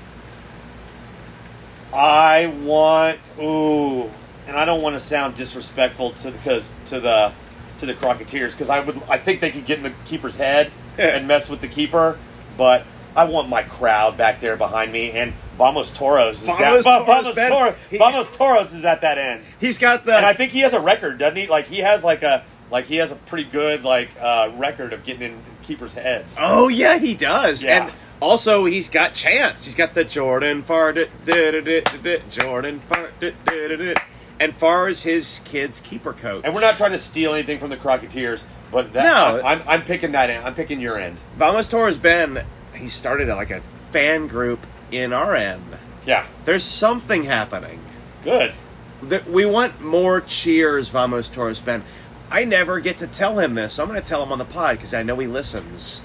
B: I want ooh, and I don't want to sound disrespectful to the 'cause- to the to the Crocketeers because I would I think they could get in the
A: <laughs>
B: keeper's head and mess with the keeper, but I want my crowd back there behind me and Vamos Toros is
A: Vamos
B: down, Va-
A: Toros,
B: Vamos,
A: Ben.
B: Tor-
A: He-
B: Vamos Toros is at that end,
A: He's got
B: and I
A: the
B: think he has a record, doesn't he? Like he has like a like he has a pretty good like uh, record of getting in keepers' heads.
A: Oh yeah, he does.
B: Yeah.
A: And also he's got chance. He's got the Jordan Farr da- da- da- da- da- da- Jordan Farr da- da- da- da. and Farr is his kid's keeper coach.
B: And we're not trying to steal anything from the Crocketeers, but that,
A: No.
B: I'm, I'm I'm picking that end. I'm picking your end.
A: Vamos Torres Ben, he started like a fan group in our end.
B: Yeah.
A: There's something happening.
B: Good.
A: that we want more cheers, Vamos Torres Ben. I never get to tell him this. So I'm going to tell him on the pod because I know he listens.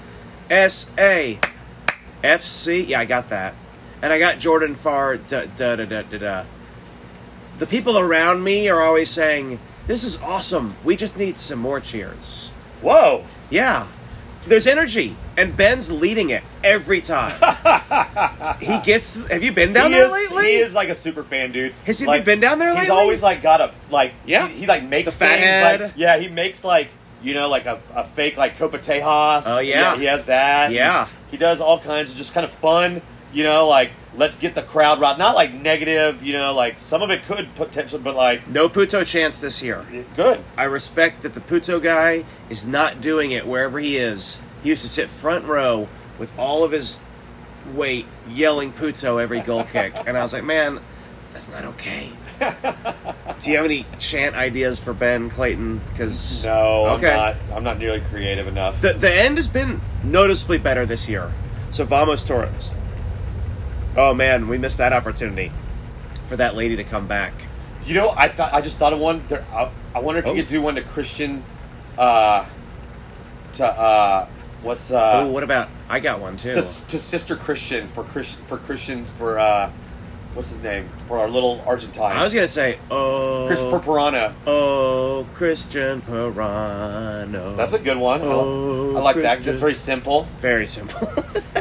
A: S A F C. Yeah, I got that. And I got Jordan Farr. Da, da, da, da, da, da. The people around me are always saying, This is awesome. We just need some more cheers.
B: Whoa.
A: Yeah. There's energy, and Ben's leading it every
B: <laughs>
A: time. he gets. Have you been down
B: he
A: there
B: is,
A: lately?
B: He is like a super fan, dude.
A: Has he
B: like,
A: been down there
B: He's
A: lately?
B: always like got a like.
A: Yeah.
B: He, he, like makes
A: The fat
B: things.
A: head.
B: Like, yeah, he makes like you know like a, a fake like Copa Tejas.
A: Oh, yeah.
B: He has that.
A: Yeah.
B: He does all kinds of just kind of fun. You know, like let's get the crowd right. Not like negative. You know, like some of it could potentially, but like
A: no Puto chance this year.
B: good.
A: I respect that the Puto guy is not doing it wherever he is. He used to sit front row with all of his weight yelling Puto every
B: <laughs>
A: goal kick. And I was like, man, that's not okay. Do you have any chant ideas for Ben Clayton? Because
B: No,
A: Okay.
B: I'm not. I'm not nearly creative enough.
A: the, the end has been noticeably better this year. So Vamos Torres. Oh man, we missed that opportunity for that lady to come back.
B: You know, I thought I just thought of one. There, I, I wonder if
A: Oh.
B: you could do one to Christian, uh, to uh, what's uh,
A: oh, what about? I got one too.
B: to, to sister Christian for Christian for Christian for uh, what's his name for our little Argentine.
A: I was gonna say, oh,
B: Christopher Pirano.
A: Oh, Christian Pirano.
B: That's a good one. I-
A: Oh,
B: I, like that.
A: Christian.
B: That's very simple.
A: very
B: <laughs>
A: simple.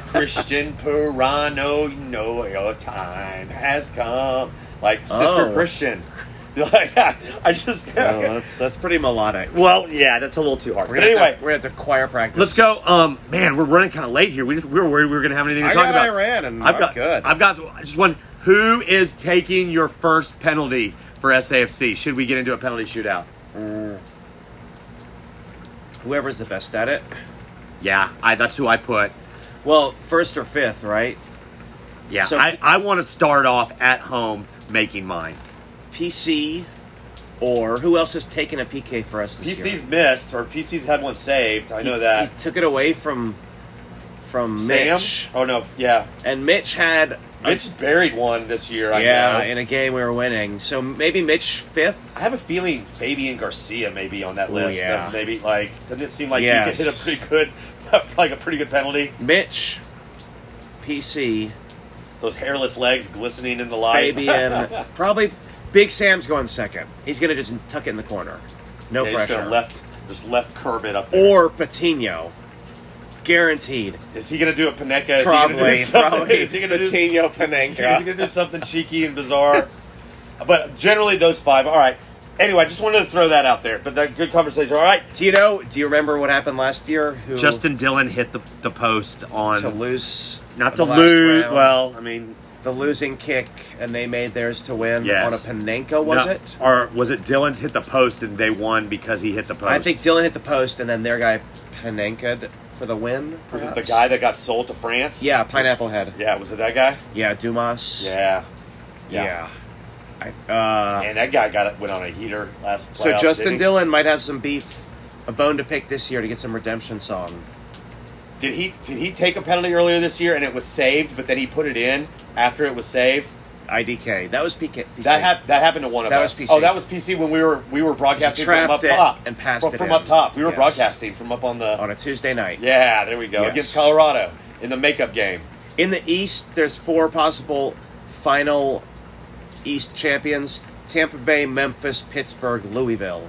B: Christian Pirano, you know your time has come. Like sister
A: Oh.
B: Christian. <laughs> Like I just.
A: Oh, that's that's pretty melodic.
B: <laughs> well, yeah, that's a little too hard.
A: We're
B: But
A: gonna have to-
B: anyway.
A: we're gonna have to choir practice.
B: Let's go. Um, man, we're running kind of late here. We, just, we were worried we were going to have anything to
A: I
B: talk
A: got
B: about.
A: Iran, and
B: I've
A: I'm
B: got
A: good.
B: I've got I just one. Who is taking your first penalty for SAFC? Should we get into a penalty shootout?
A: Whoever's the best at it.
B: Yeah, I, that's who I put.
A: Well, first or fifth, right?
B: Yeah,
A: So-
B: I, I want to start off at home making mine.
A: PC, or who else has taken a PK for us this year?
B: missed, or PC's had one saved. I
A: He- He took it away from from Mitch,
B: Oh no, yeah,
A: and Mitch had
B: Mitch buried one this year. I
A: yeah,
B: know.
A: in a game we were winning. So maybe Mitch fifth.
B: I have a feeling Fabian Garcia may be on that
A: Ooh,
B: list.
A: yeah.
B: Uh, Maybe like doesn't it seem like
A: Yes.
B: he could hit a pretty good, <laughs> like a pretty good penalty?
A: Mitch, PC,
B: Those hairless legs glistening in the light.
A: Fabian, probably Big Sam's going second. He's gonna just tuck it in the corner. No
B: Yeah, he's
A: pressure.
B: gonna left, just left curb it up. There.
A: Or Patino, guaranteed.
B: is he gonna do a Panenka? Is he gonna do
A: Probably,
B: <laughs> something-
A: probably.
B: Is he gonna <laughs> do
A: Patino
B: He's
A: Panenka.
B: gonna do something cheeky and bizarre. <laughs> but generally, those five. All right. Anyway, I just wanted to throw that out there. But that good conversation. All right.
A: Do you know? Do you remember what happened last year? Who
B: Dillon hit the, the post on
A: to lose,
B: not
A: the
B: to
A: last
B: lose.
A: round.
B: Well, I mean,
A: the losing kick, and they made theirs to win
B: Yes.
A: on a Panenka, was
B: no-
A: it?
B: Or was it Dylan's hit the post and they won because he hit the post?
A: I think Dylan hit the post, and then their guy Panenka for the win.
B: was it the
A: perhaps?
B: guy that got sold to France?
A: Yeah, Pineapple Head.
B: Yeah. Was it that guy?
A: Yeah, Dumas.
B: Yeah.
A: yeah. I, uh,
B: And that guy got went on a heater last.
A: so
B: playoffs,
A: Justin
B: didn't
A: Dillon might have some beef, a bone to pick this year to get some redemption song.
B: he? Did he did he take a penalty earlier this year and it was saved, but then he put it in after it was saved?
A: IDK. That was PK.
B: That hap- that happened to one of
A: That
B: us.
A: was PC.
B: Oh, that was PC when we were we were broadcasting from
A: trapped
B: up
A: it
B: top
A: and passed
B: from,
A: it
B: from
A: in.
B: up top. We were
A: Yes.
B: broadcasting from up on the.
A: on a Tuesday night.
B: yeah, there we go
A: Yes.
B: against Colorado in the makeup game.
A: In the East, there's four possible final East champions: Tampa Bay, Memphis, Pittsburgh, Louisville.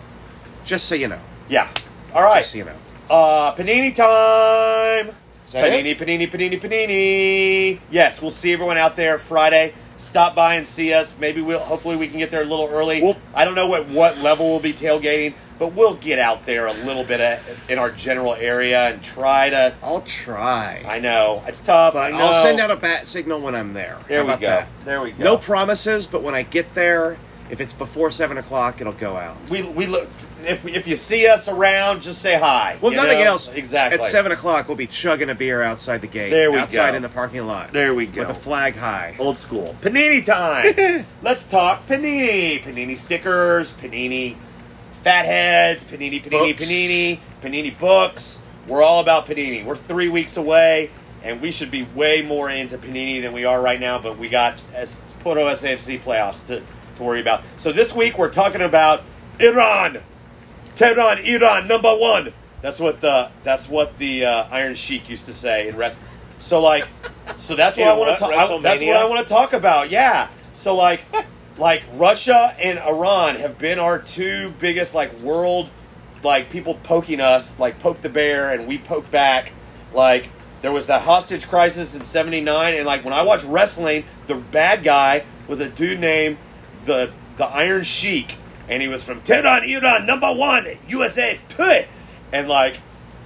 A: Just so you know.
B: Yeah. All right.
A: Just so you know.
B: Uh, panini time.
A: that
B: Panini, panini, panini, panini. Yes, we'll see everyone out there Friday. Stop by and see us. Maybe we'll. Hopefully, we can get there a little early.
A: We'll-
B: I don't know what what level we'll be tailgating, but we'll get out there a little bit uh in our general area and try to.
A: I'll try.
B: I know it's tough. I
A: But
B: know.
A: I'll send out a bat signal when I'm there.
B: There
A: How
B: we
A: about
B: go.
A: that?
B: There we go.
A: No promises, but when I get there, if it's before seven o'clock, it'll go out.
B: we we look if if you see us around, just say hi.
A: Well,
B: you
A: nothing
B: know?
A: else.
B: Exactly.
A: At seven o'clock, we'll be chugging a beer outside the gate.
B: There we go.
A: outside in the parking lot.
B: There we
A: With
B: go.
A: a flag high.
B: Old school.
A: <laughs>
B: Panini time. Let's talk panini. Panini stickers, panini fatheads, panini, panini,
A: Books.
B: panini, panini books. We're all about panini. We're three weeks away, and we should be way more into panini than we are right now, but we got as Puerto SAFC playoffs to, to worry about. So this week we're talking about Iran. Tehran, Iran, number one. That's what the that's what the uh, Iron Sheik used to say in rest. So like, so that's what
A: In
B: I want
A: what?
B: to talk. That's what
A: WrestleMania?
B: I want to talk about. Yeah. So like, <laughs> like Russia and Iran have been our two biggest like world, like people poking us, like poke the bear and we poke back. Like there was that hostage crisis in '79, and like when I watched wrestling, the bad guy was a dude named the the Iron Sheik, and he was from Tehran, Iran, number one, USA, two, E. and like,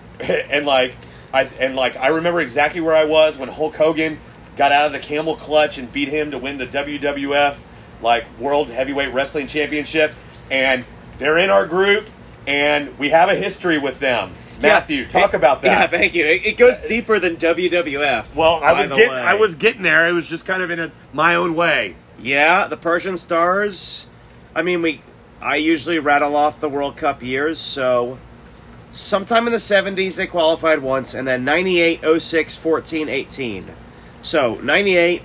B: <laughs> and like, I and like I remember exactly where I was when Hulk Hogan got out of the camel clutch and beat him to win the WWF like World Heavyweight Wrestling Championship, and they're in our group, and we have a history with them. Matthew,
A: Yeah.
B: talk about that.
A: Yeah, thank you. It, it goes deeper than WWF.
B: Well, I
A: by
B: was
A: the
B: getting
A: way.
B: I was getting there. It was just kind of in a, my own way.
A: Yeah, the Persian Stars. I mean, we. I usually rattle off the World Cup years, so sometime in the 70s they qualified once, and then oh 98, 06, 14, 18. So 98,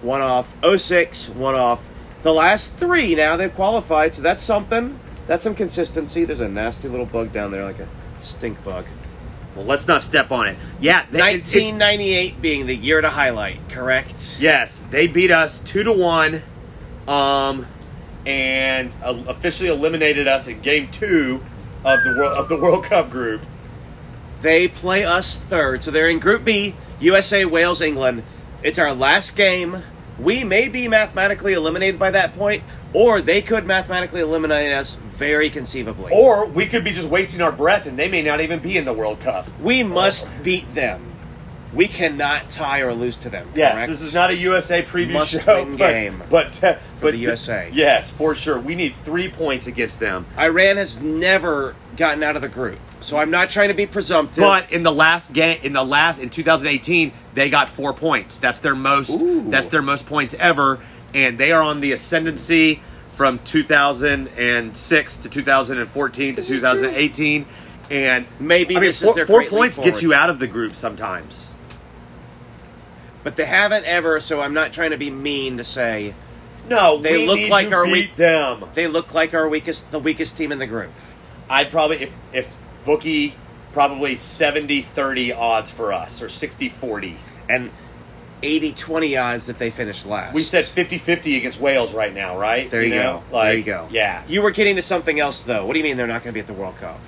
A: one off, 06, one off. The last three now they've qualified, so that's something. That's some consistency. There's a nasty little bug down there, like a stink bug.
B: Well, let's not step on it. Yeah, they- it- it-
A: 1998 being the year to highlight, correct?
B: Yes, they beat us two to one, um, and uh, officially eliminated us in game two of the world of the World Cup group.
A: They play us third, so they're in Group B: USA, Wales, England. It's our last game. We may be mathematically eliminated by that point, or they could mathematically eliminate us very conceivably.
B: Or we could be just wasting our breath, and they may not even be in the World Cup.
A: we must beat them. We cannot tie or lose to them.
B: Yes,
A: correct?
B: this is not a USA preview
A: Must
B: show,
A: win
B: but
A: game
B: but te-
A: the
B: but te-
A: USA.
B: Yes, for sure. We need three points against them.
A: Iran has never gotten out of the group, so I'm not trying to be presumptive.
B: But in the last game, in the last in 2018, they got four points. That's their most.
A: Ooh.
B: That's their most points ever, and they are on the ascendancy from 2006 to 2014 to 2018, and
A: Maybe
B: I mean,
A: this is
B: four,
A: their
B: four
A: great leap
B: points get
A: forward.
B: you out of the group sometimes.
A: but they haven't ever. So I'm not trying to be mean to say
B: No,
A: They
B: we
A: look
B: need
A: like
B: to
A: our
B: beat
A: weak-
B: them.
A: they look like our weakest, the weakest team in the group.
B: I probably if if bookie probably 70-30 odds for us or 60-40.
A: and 80-20 odds that they finish last.
B: We said 50-50 against Wales right now, right?
A: there you,
B: know?
A: go.
B: Like,
A: there you go.
B: Yeah.
A: You were getting to something else though. What do you mean they're not going to be at the World Cup?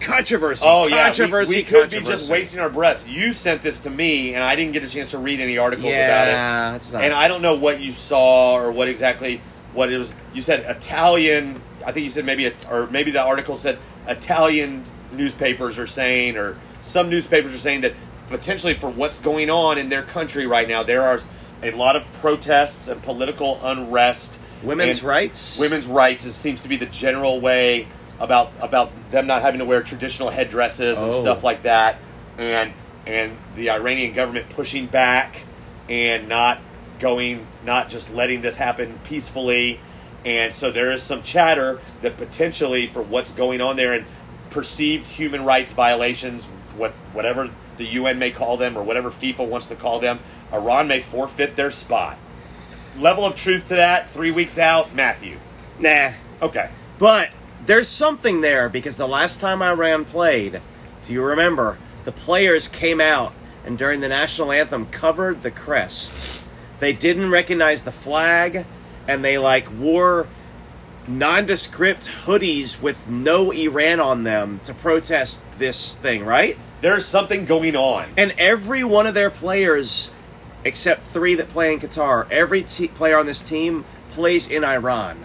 A: Controversy.
B: Oh yeah, we-
A: Controversy.
B: We, could be
A: controversy.
B: just wasting our breath. You sent this to me, and I didn't get a chance to read any articles about
A: Yeah, it's
B: it.
A: not.
B: And I don't know what you saw or what exactly what it was. You said Italian. I think you said maybe, it or maybe the article said Italian newspapers are saying, or some newspapers are saying that potentially for what's going on in their country right now, there are a lot of protests and political unrest.
A: Women's
B: and-
A: rights.
B: women's rights is, seems to be the general way about about them not having to wear traditional headdresses and
A: Oh.
B: stuff like that, and and the Iranian government pushing back and not going, not just letting this happen peacefully, and so there is some chatter that potentially for what's going on there and perceived human rights violations, what whatever the UN may call them or whatever FIFA wants to call them, Iran may forfeit their spot. Level of truth to that, three weeks out, Matthew.
A: Nah,
B: Okay.
A: but there's something there because the last time Iran played, do you remember? The players came out and during the national anthem covered the crest. They didn't recognize the flag, and they like wore nondescript hoodies with no Iran on them to protest this thing, right?
B: There's something going on.
A: And every one of their players, except three that play in Qatar, every te- player on this team plays in Iran.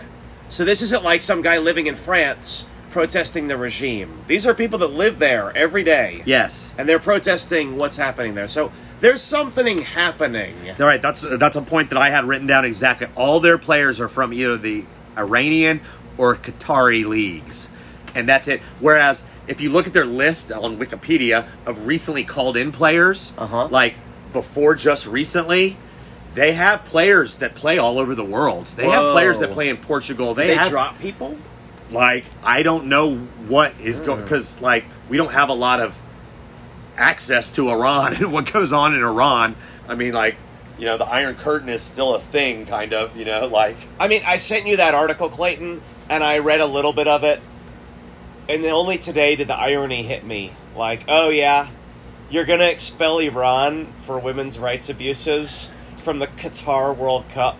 A: So this isn't like some guy living in France protesting the regime. These are people that live there every day.
B: Yes.
A: And they're protesting what's happening there. So there's something happening.
B: All right, that's that's a point that I had written down exactly. All their players are from either the Iranian or Qatari leagues. And that's it. Whereas if you look at their list on Wikipedia of recently called in players,
A: Uh-huh.
B: like before just recently, they have players that play all over the world. They have
A: Whoa.
B: players that play in Portugal. They,
A: They
B: have
A: drop people?
B: like I don't know what is going because like we don't have a lot of access to Iran <laughs> and what goes on in Iran. I mean, like you know, the Iron Curtain is still a thing, kind of. You know, like
A: I mean, I sent you that article, Clayton, and I read a little bit of it. And then only today did the irony hit me. Like, oh yeah, you're going to expel Iran for women's rights abuses from the Qatar World Cup,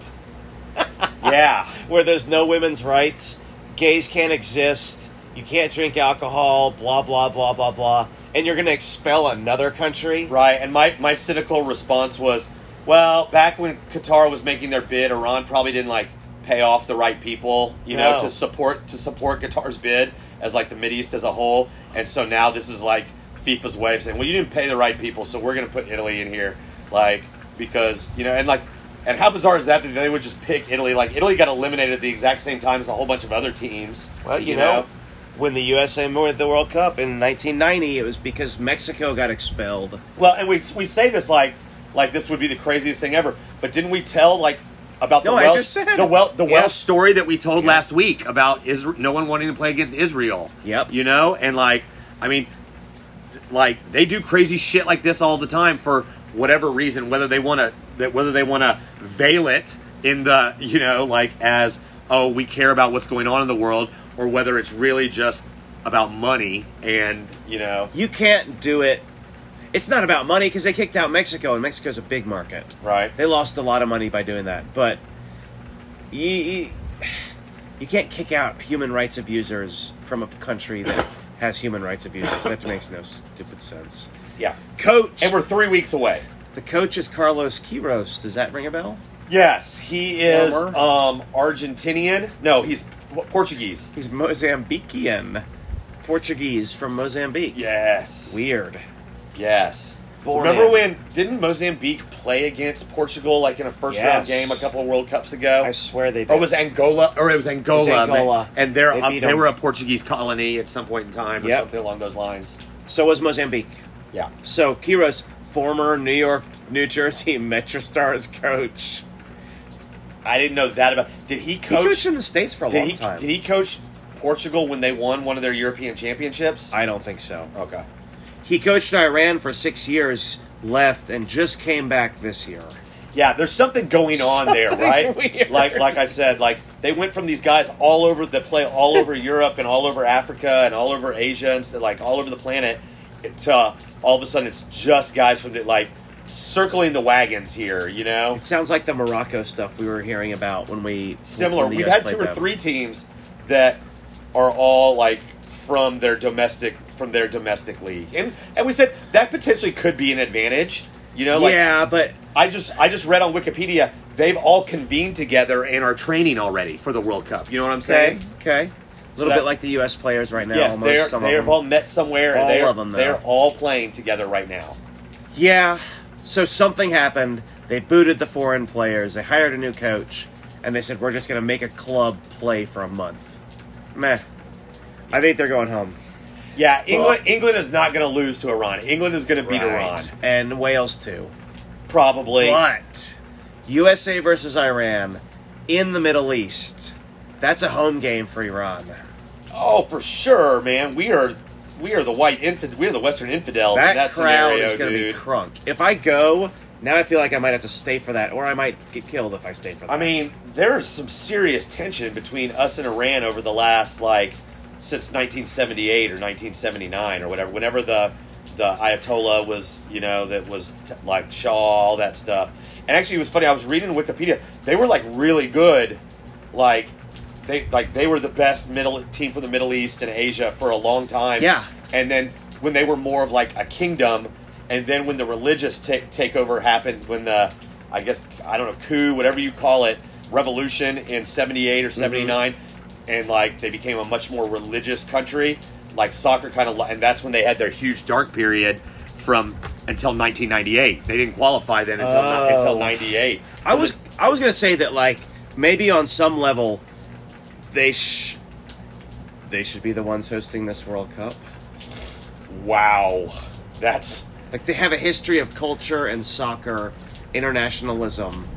B: yeah,
A: where there's no women's rights, gays can't exist, you can't drink alcohol, blah, blah, blah, blah, blah. And you're going to expel another country?
B: right. And my my cynical response was, well, back when Qatar was making their bid, Iran probably didn't like pay off the right people, you know,
A: No.
B: to support to support Qatar's bid as like the Mid East as a whole. And so now this is like FIFA's way of saying, well, you didn't pay the right people, so we're going to put Italy in here, like because you know, and like, and how bizarre is that that they would just pick Italy? Like Italy got eliminated at the exact same time as a whole bunch of other teams.
A: Well, you, know, when the USA won the World Cup in 1990, it was because Mexico got expelled.
B: Well, and we we say this like like this would be the craziest thing ever, but didn't we tell like about the
A: No, I
B: Welsh
A: just said.
B: the Wel- the
A: Yeah.
B: Welsh story that we told
A: Yeah.
B: last week about Israel, no one wanting to play against Israel.
A: Yep.
B: You know, and like I mean, th- like they do crazy shit like this all the time for whatever reason, whether they want to that whether they want to veil it in the you know like as oh we care about what's going on in the world or whether it's really just about money and you know
A: you can't do it. It's not about money because they kicked out Mexico, and Mexico's a big market.
B: right
A: They lost a lot of money by doing that, but you, you, you can't kick out human rights abusers from a country that has human rights abusers. That makes no stupid sense.
B: yeah
A: Coach,
B: and we're 3 weeks away
A: the coach is Carlos Quiros. Does that ring a bell?
B: Yes, he is
A: Former?
B: um, Argentinian. No, he's P- Portuguese.
A: He's Mozambican, Portuguese from Mozambique.
B: Yes.
A: Weird.
B: Yes.
A: Born
B: Remember
A: in.
B: when didn't Mozambique play against Portugal like in a first
A: Yes.
B: round game a couple of World Cups ago?
A: I swear they.
B: or Oh, was Angola? Or it was Angola.
A: It was Angola.
B: And they're
A: They
B: um,
A: beat
B: they
A: them.
B: were a Portuguese colony at some point in time or
A: Yep.
B: something along those lines.
A: So was Mozambique.
B: Yeah.
A: So Kiros, former New York, New Jersey <laughs> MetroStars coach,
B: I didn't know that about. Did he
A: he
B: coach?
A: coached in the states for a
B: did
A: long
B: he
A: time.
B: did he coach Portugal when they won one of their European championships?
A: I don't think so.
B: okay.
A: He coached Iran for six years left and just came back this year.
B: Yeah, there's something going on there, right?
A: Something's <laughs> weird.
B: Like like I said, like they went from these guys all over that play all over Europe and all over Africa and all over Asia and st- like all over the planet to uh, all of a sudden it's just guys from the like circling the wagons here, you know?
A: It sounds like the Morocco stuff we were hearing about when we
B: Similar.
A: when the
B: We've
A: US
B: had
A: played
B: two or
A: them.
B: three teams that are all like from their domestic from their domestic league. And and we said that potentially could be an advantage. You know, like
A: yeah, but
B: I just I just read on Wikipedia they've all convened together and are training already for the World Cup. You know what I'm
A: okay,
B: saying?
A: okay, a little
B: that-
A: bit like the U.S. players right now.
B: yes,
A: almost,
B: they're
A: some of
B: they've
A: them.
B: all met somewhere
A: All
B: and they're
A: of them, though.
B: they're all playing together right now.
A: Yeah. So something happened. They booted the foreign players. They hired a new coach, and they said we're just going to make a club play for a month. Meh. I think they're going home.
B: Yeah, England England is not going to lose to Iran. England is going to beat Iran
A: and Wales too.
B: probably.
A: But USA versus Iran in the Middle East. That's a home game for Iran.
B: Oh, for sure, man. We are we are the white infidels. We are the Western infidels
A: That,
B: in
A: crowd
B: that scenario,
A: is going to
B: dude.
A: be crunk. If I go now, I feel like I might have to stay for that, or I might get killed if I stay for that.
B: I mean, there's some serious tension between us and Iran over the last like since 1978 or 1979 or whatever. Whenever the the Ayatollah was, you know, that was like Shah, all that stuff. And actually, it was funny. I was reading Wikipedia. They were like really good, like they like they were the best middle team for the Middle East and Asia for a long time.
A: Yeah.
B: And then when they were more of like a kingdom, and then when the religious take takeover happened, when the I guess I don't know coup, whatever you call it, revolution in '78 or
A: Mm-hmm.
B: '79, and like they became a much more religious country. Like soccer kind of, and that's when they had their huge dark period from until 1998. They didn't qualify then until
A: Oh.
B: until '98.
A: I was I was gonna say that like maybe on some level they sh- they should be the ones hosting this World Cup.
B: wow, that's
A: Like they have a history of culture and soccer, internationalism.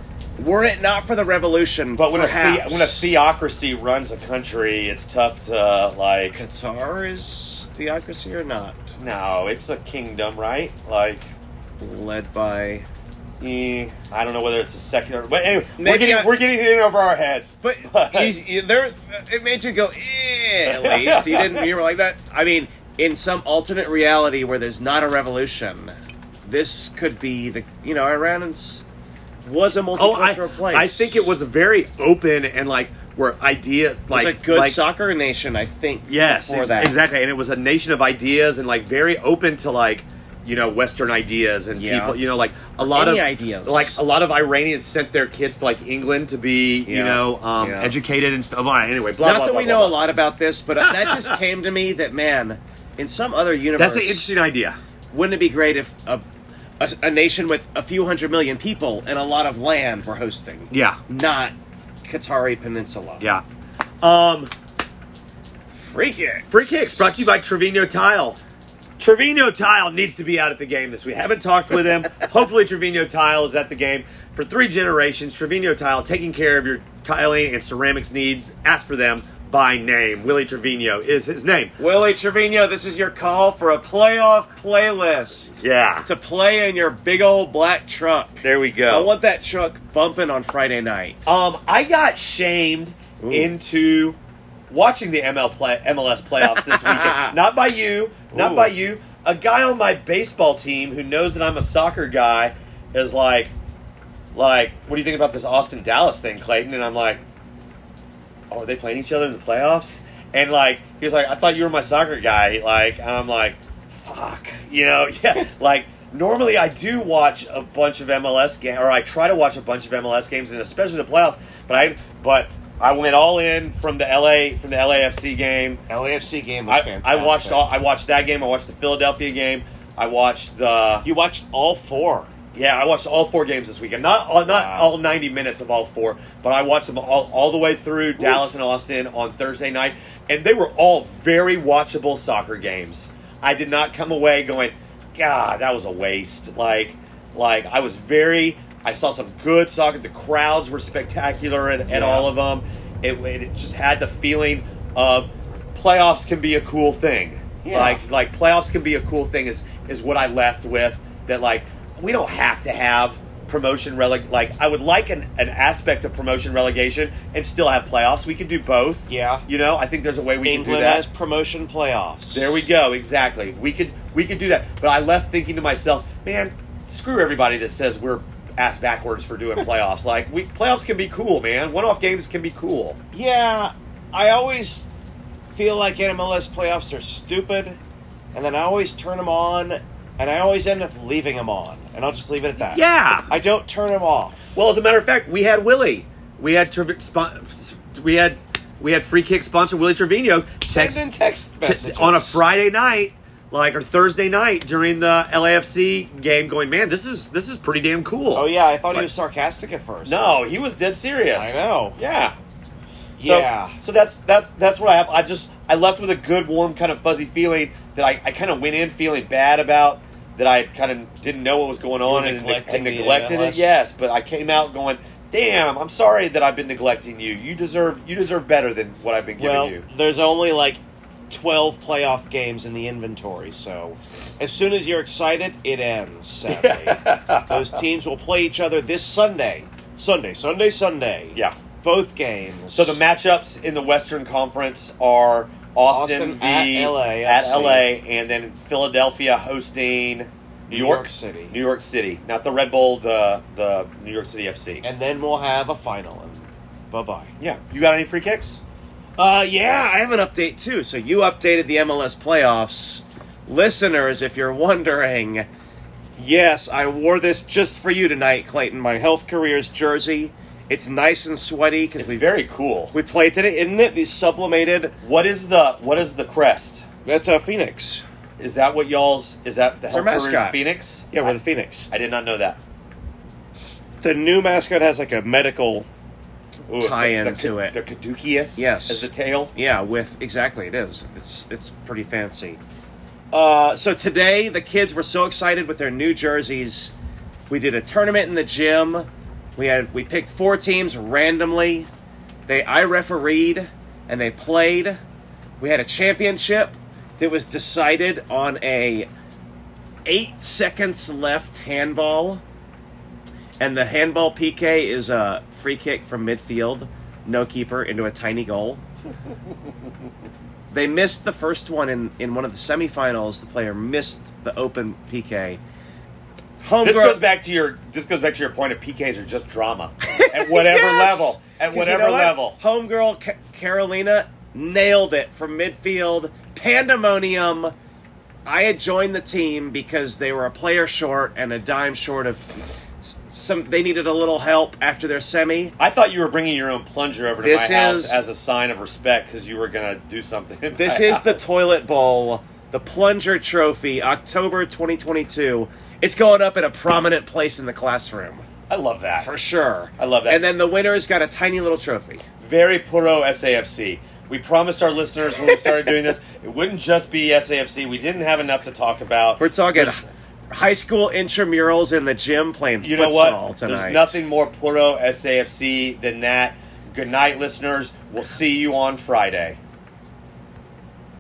A: Were it not for the revolution,
B: But when a
A: perhaps,
B: the, when a theocracy runs a country, it's tough to like.
A: Qatar is theocracy or not,
B: No, it's a kingdom, right? Like,
A: led by
B: eh, I don't know whether it's a secular. But anyway, we're
A: Maybe
B: getting
A: I-
B: we're getting it in over our heads.
A: But he's, there, it made you go, eh, at least. You didn't, you were like that. I mean, in some alternate reality where there's not a revolution, this could be the, you know, Iran is, was a
B: oh, I,
A: multicultural place.
B: I think it was very open and like where idea
A: It was
B: like
A: a good
B: like,
A: soccer nation, I think.
B: Yes,
A: before
B: ex-
A: that.
B: exactly. And it was a nation of ideas and like very open to like you know Western ideas and
A: Yeah.
B: people. You know, like a lot
A: Any
B: of
A: ideas.
B: Like a lot of Iranians sent their kids to like England to be you
A: Yeah.
B: know um,
A: Yeah.
B: educated and stuff. All right, anyway, blah
A: Not
B: blah.
A: that
B: blah,
A: we
B: blah,
A: know
B: blah.
A: a lot about this, but that
B: <laughs>
A: just came to me that, man, in some other universe,
B: That's an interesting idea.
A: wouldn't it be great if a, a, a nation with a few hundred million people and a lot of land were hosting?
B: Yeah,
A: not Qatari Peninsula.
B: yeah. Um,
A: Free kick.
B: free kicks brought to you by Trevino Tile. Trevino Tile needs to be out at the game this week. Haven't talked
A: <laughs>
B: with him. Hopefully, Trevino Tile is at the game. For three generations, Trevino Tile taking care of your tiling and ceramics needs. Ask for them by name. Willie Trevino is his name.
A: Willie Trevino, this is your call for a playoff playlist
B: Yeah.
A: to play in your big old black truck.
B: There we go.
A: I want that truck bumping on Friday night.
B: Um, I got shamed
A: Ooh.
B: into watching the ML play, MLS playoffs this
A: <laughs>
B: weekend. not by you, not
A: Ooh.
B: by you. A guy on my baseball team who knows that I'm a soccer guy is like, like, what do you think about this Austin Dallas thing, Clayton? And I'm like, oh, are they playing each other in the playoffs? And like, he was like, I thought you were my soccer guy. Like, and I'm like, fuck, you know, <laughs> yeah. like, normally I do watch a bunch of MLS games, or I try to watch a bunch of MLS games, and especially the playoffs. But I, but I went all in from the LA from the LAFC game.
A: LAFC game was
B: I, I watched all, I watched that game. I watched the Philadelphia game. I watched the
A: You watched all four.
B: yeah, I watched all four games this weekend. Not all, not
A: Wow.
B: all ninety minutes of all four, but I watched them all, all the way through Dallas and Austin on Thursday night, and they were all very watchable soccer games. I did not come away going, God, that was a waste. Like, like I was very. I saw some good soccer. The crowds were spectacular at, at
A: Yeah.
B: all of them. It, it just had the feeling of playoffs can be a cool thing.
A: Yeah.
B: Like like playoffs can be a cool thing is is what I left with that like we don't have to have promotion releg like I would like an, an aspect of promotion relegation and still have playoffs. We could do both.
A: Yeah.
B: You know, I think there's a way we can do
A: England
B: that.
A: has promotion playoffs.
B: There we go. Exactly. We could we could do that. But I left thinking to myself, man, screw everybody that says we're ass backwards for doing <laughs> playoffs. like we playoffs can be cool, man. One off games can be cool.
A: Yeah, I always feel like NMLS playoffs are stupid, and then I always turn them on, and I always end up leaving them on, and I'll just leave it at that.
B: Yeah.
A: I don't turn them off.
B: Well, as a matter of fact, we had Willie. We had Trev- spon- we had we had free kick sponsor Willie Trevino text,
A: Send in text
B: t-
A: messages.
B: on a Friday night, like or Thursday night during the LAFC game, going, man, this is this is pretty damn cool.
A: Oh yeah, I thought he
B: Like-
A: was sarcastic at first.
B: No, he was dead serious.
A: I know.
B: Yeah. So,
A: Yeah.
B: So that's that's that's what I have. I just I left with a good, warm, kind of fuzzy feeling that I, I kind of went in feeling bad about that I kind of didn't know what was going on and,
A: neglecting
B: and
A: the
B: neglected it.
A: MLS.
B: Yes, but I came out going, "Damn, I'm sorry that I've been neglecting you. You deserve you deserve better than what I've been giving
A: well,
B: you."
A: there's only like twelve playoff games in the inventory, so as soon as you're excited, it ends. <laughs> Sadly, those teams will play each other this Sunday, Sunday, Sunday, Sunday.
B: Yeah.
A: both games.
B: So the matchups in the Western Conference are Austin,
A: Austin
B: v
A: at LA,
B: at
A: I see.
B: LA, and then Philadelphia hosting New,
A: New
B: York,
A: York City.
B: New York City, not the Red Bull, the the New York City FC.
A: and then we'll have a final. And bye bye.
B: yeah, you got any free kicks?
A: Uh, yeah, I have an update too. So you updated the MLS playoffs. Listeners, if you're wondering, yes, I wore this just for you tonight, Clayton, my health careers jersey. It's nice and sweady because
B: It's
A: we
B: very cool.
A: we played today, isn't it? These sublimated.
B: What is the what is the crest?
A: That's a phoenix.
B: Is that what y'all's? Is that the
A: our
B: Health Brewers
A: mascot.
B: Phoenix?
A: Yeah,
B: I,
A: we're the phoenix.
B: I did not know that.
A: The new mascot has like a medical.
B: Ooh,
A: Tie-in
B: the, the,
A: to it.
B: The caduceus.
A: Yes.
B: Is the tail.
A: Yeah, with exactly it is. It's it's pretty fancy. Uh, so today the kids were so excited with their new jerseys. We did a tournament in the gym. We had we picked four teams randomly. They I refereed and they played. We had a championship that was decided on a eight seconds left handball. And the handball PK is a free kick from midfield, no keeper, into a tiny goal. they missed the first one in, in one of the semifinals. The player missed the open PK. Homegrown,
B: This goes back to your. This goes back to your point of PKs are just
A: <laughs>
B: drama at whatever
A: Yes!
B: level. At
A: 'Cause you
B: whatever
A: know what?
B: level.
A: Homegirl Ca- Carolina nailed it from midfield. Pandemonium. I had joined the team because they were a player short and a dime short of s- some. They needed a little help after their semi.
B: I thought you were bringing your own plunger over to
A: This
B: my house
A: is-
B: as a sign of respect because you were gonna do something. in
A: This
B: my
A: is the
B: <laughs> house.
A: toilet bowl, the plunger trophy, October 2022. It's going up at a prominent place in the classroom
B: I love that.
A: for sure.
B: I love that.
A: And then the winner's got a tiny little trophy.
B: Very puro SAFC. We promised our listeners when we started
A: <laughs>
B: doing this, it wouldn't just be SAFC. We didn't have enough to talk about.
A: We're talking high school intramurals in the gym playing
B: You know
A: futsal
B: what?
A: tonight.
B: There's nothing more puro SAFC than that. Good night, listeners. We'll see you on Friday.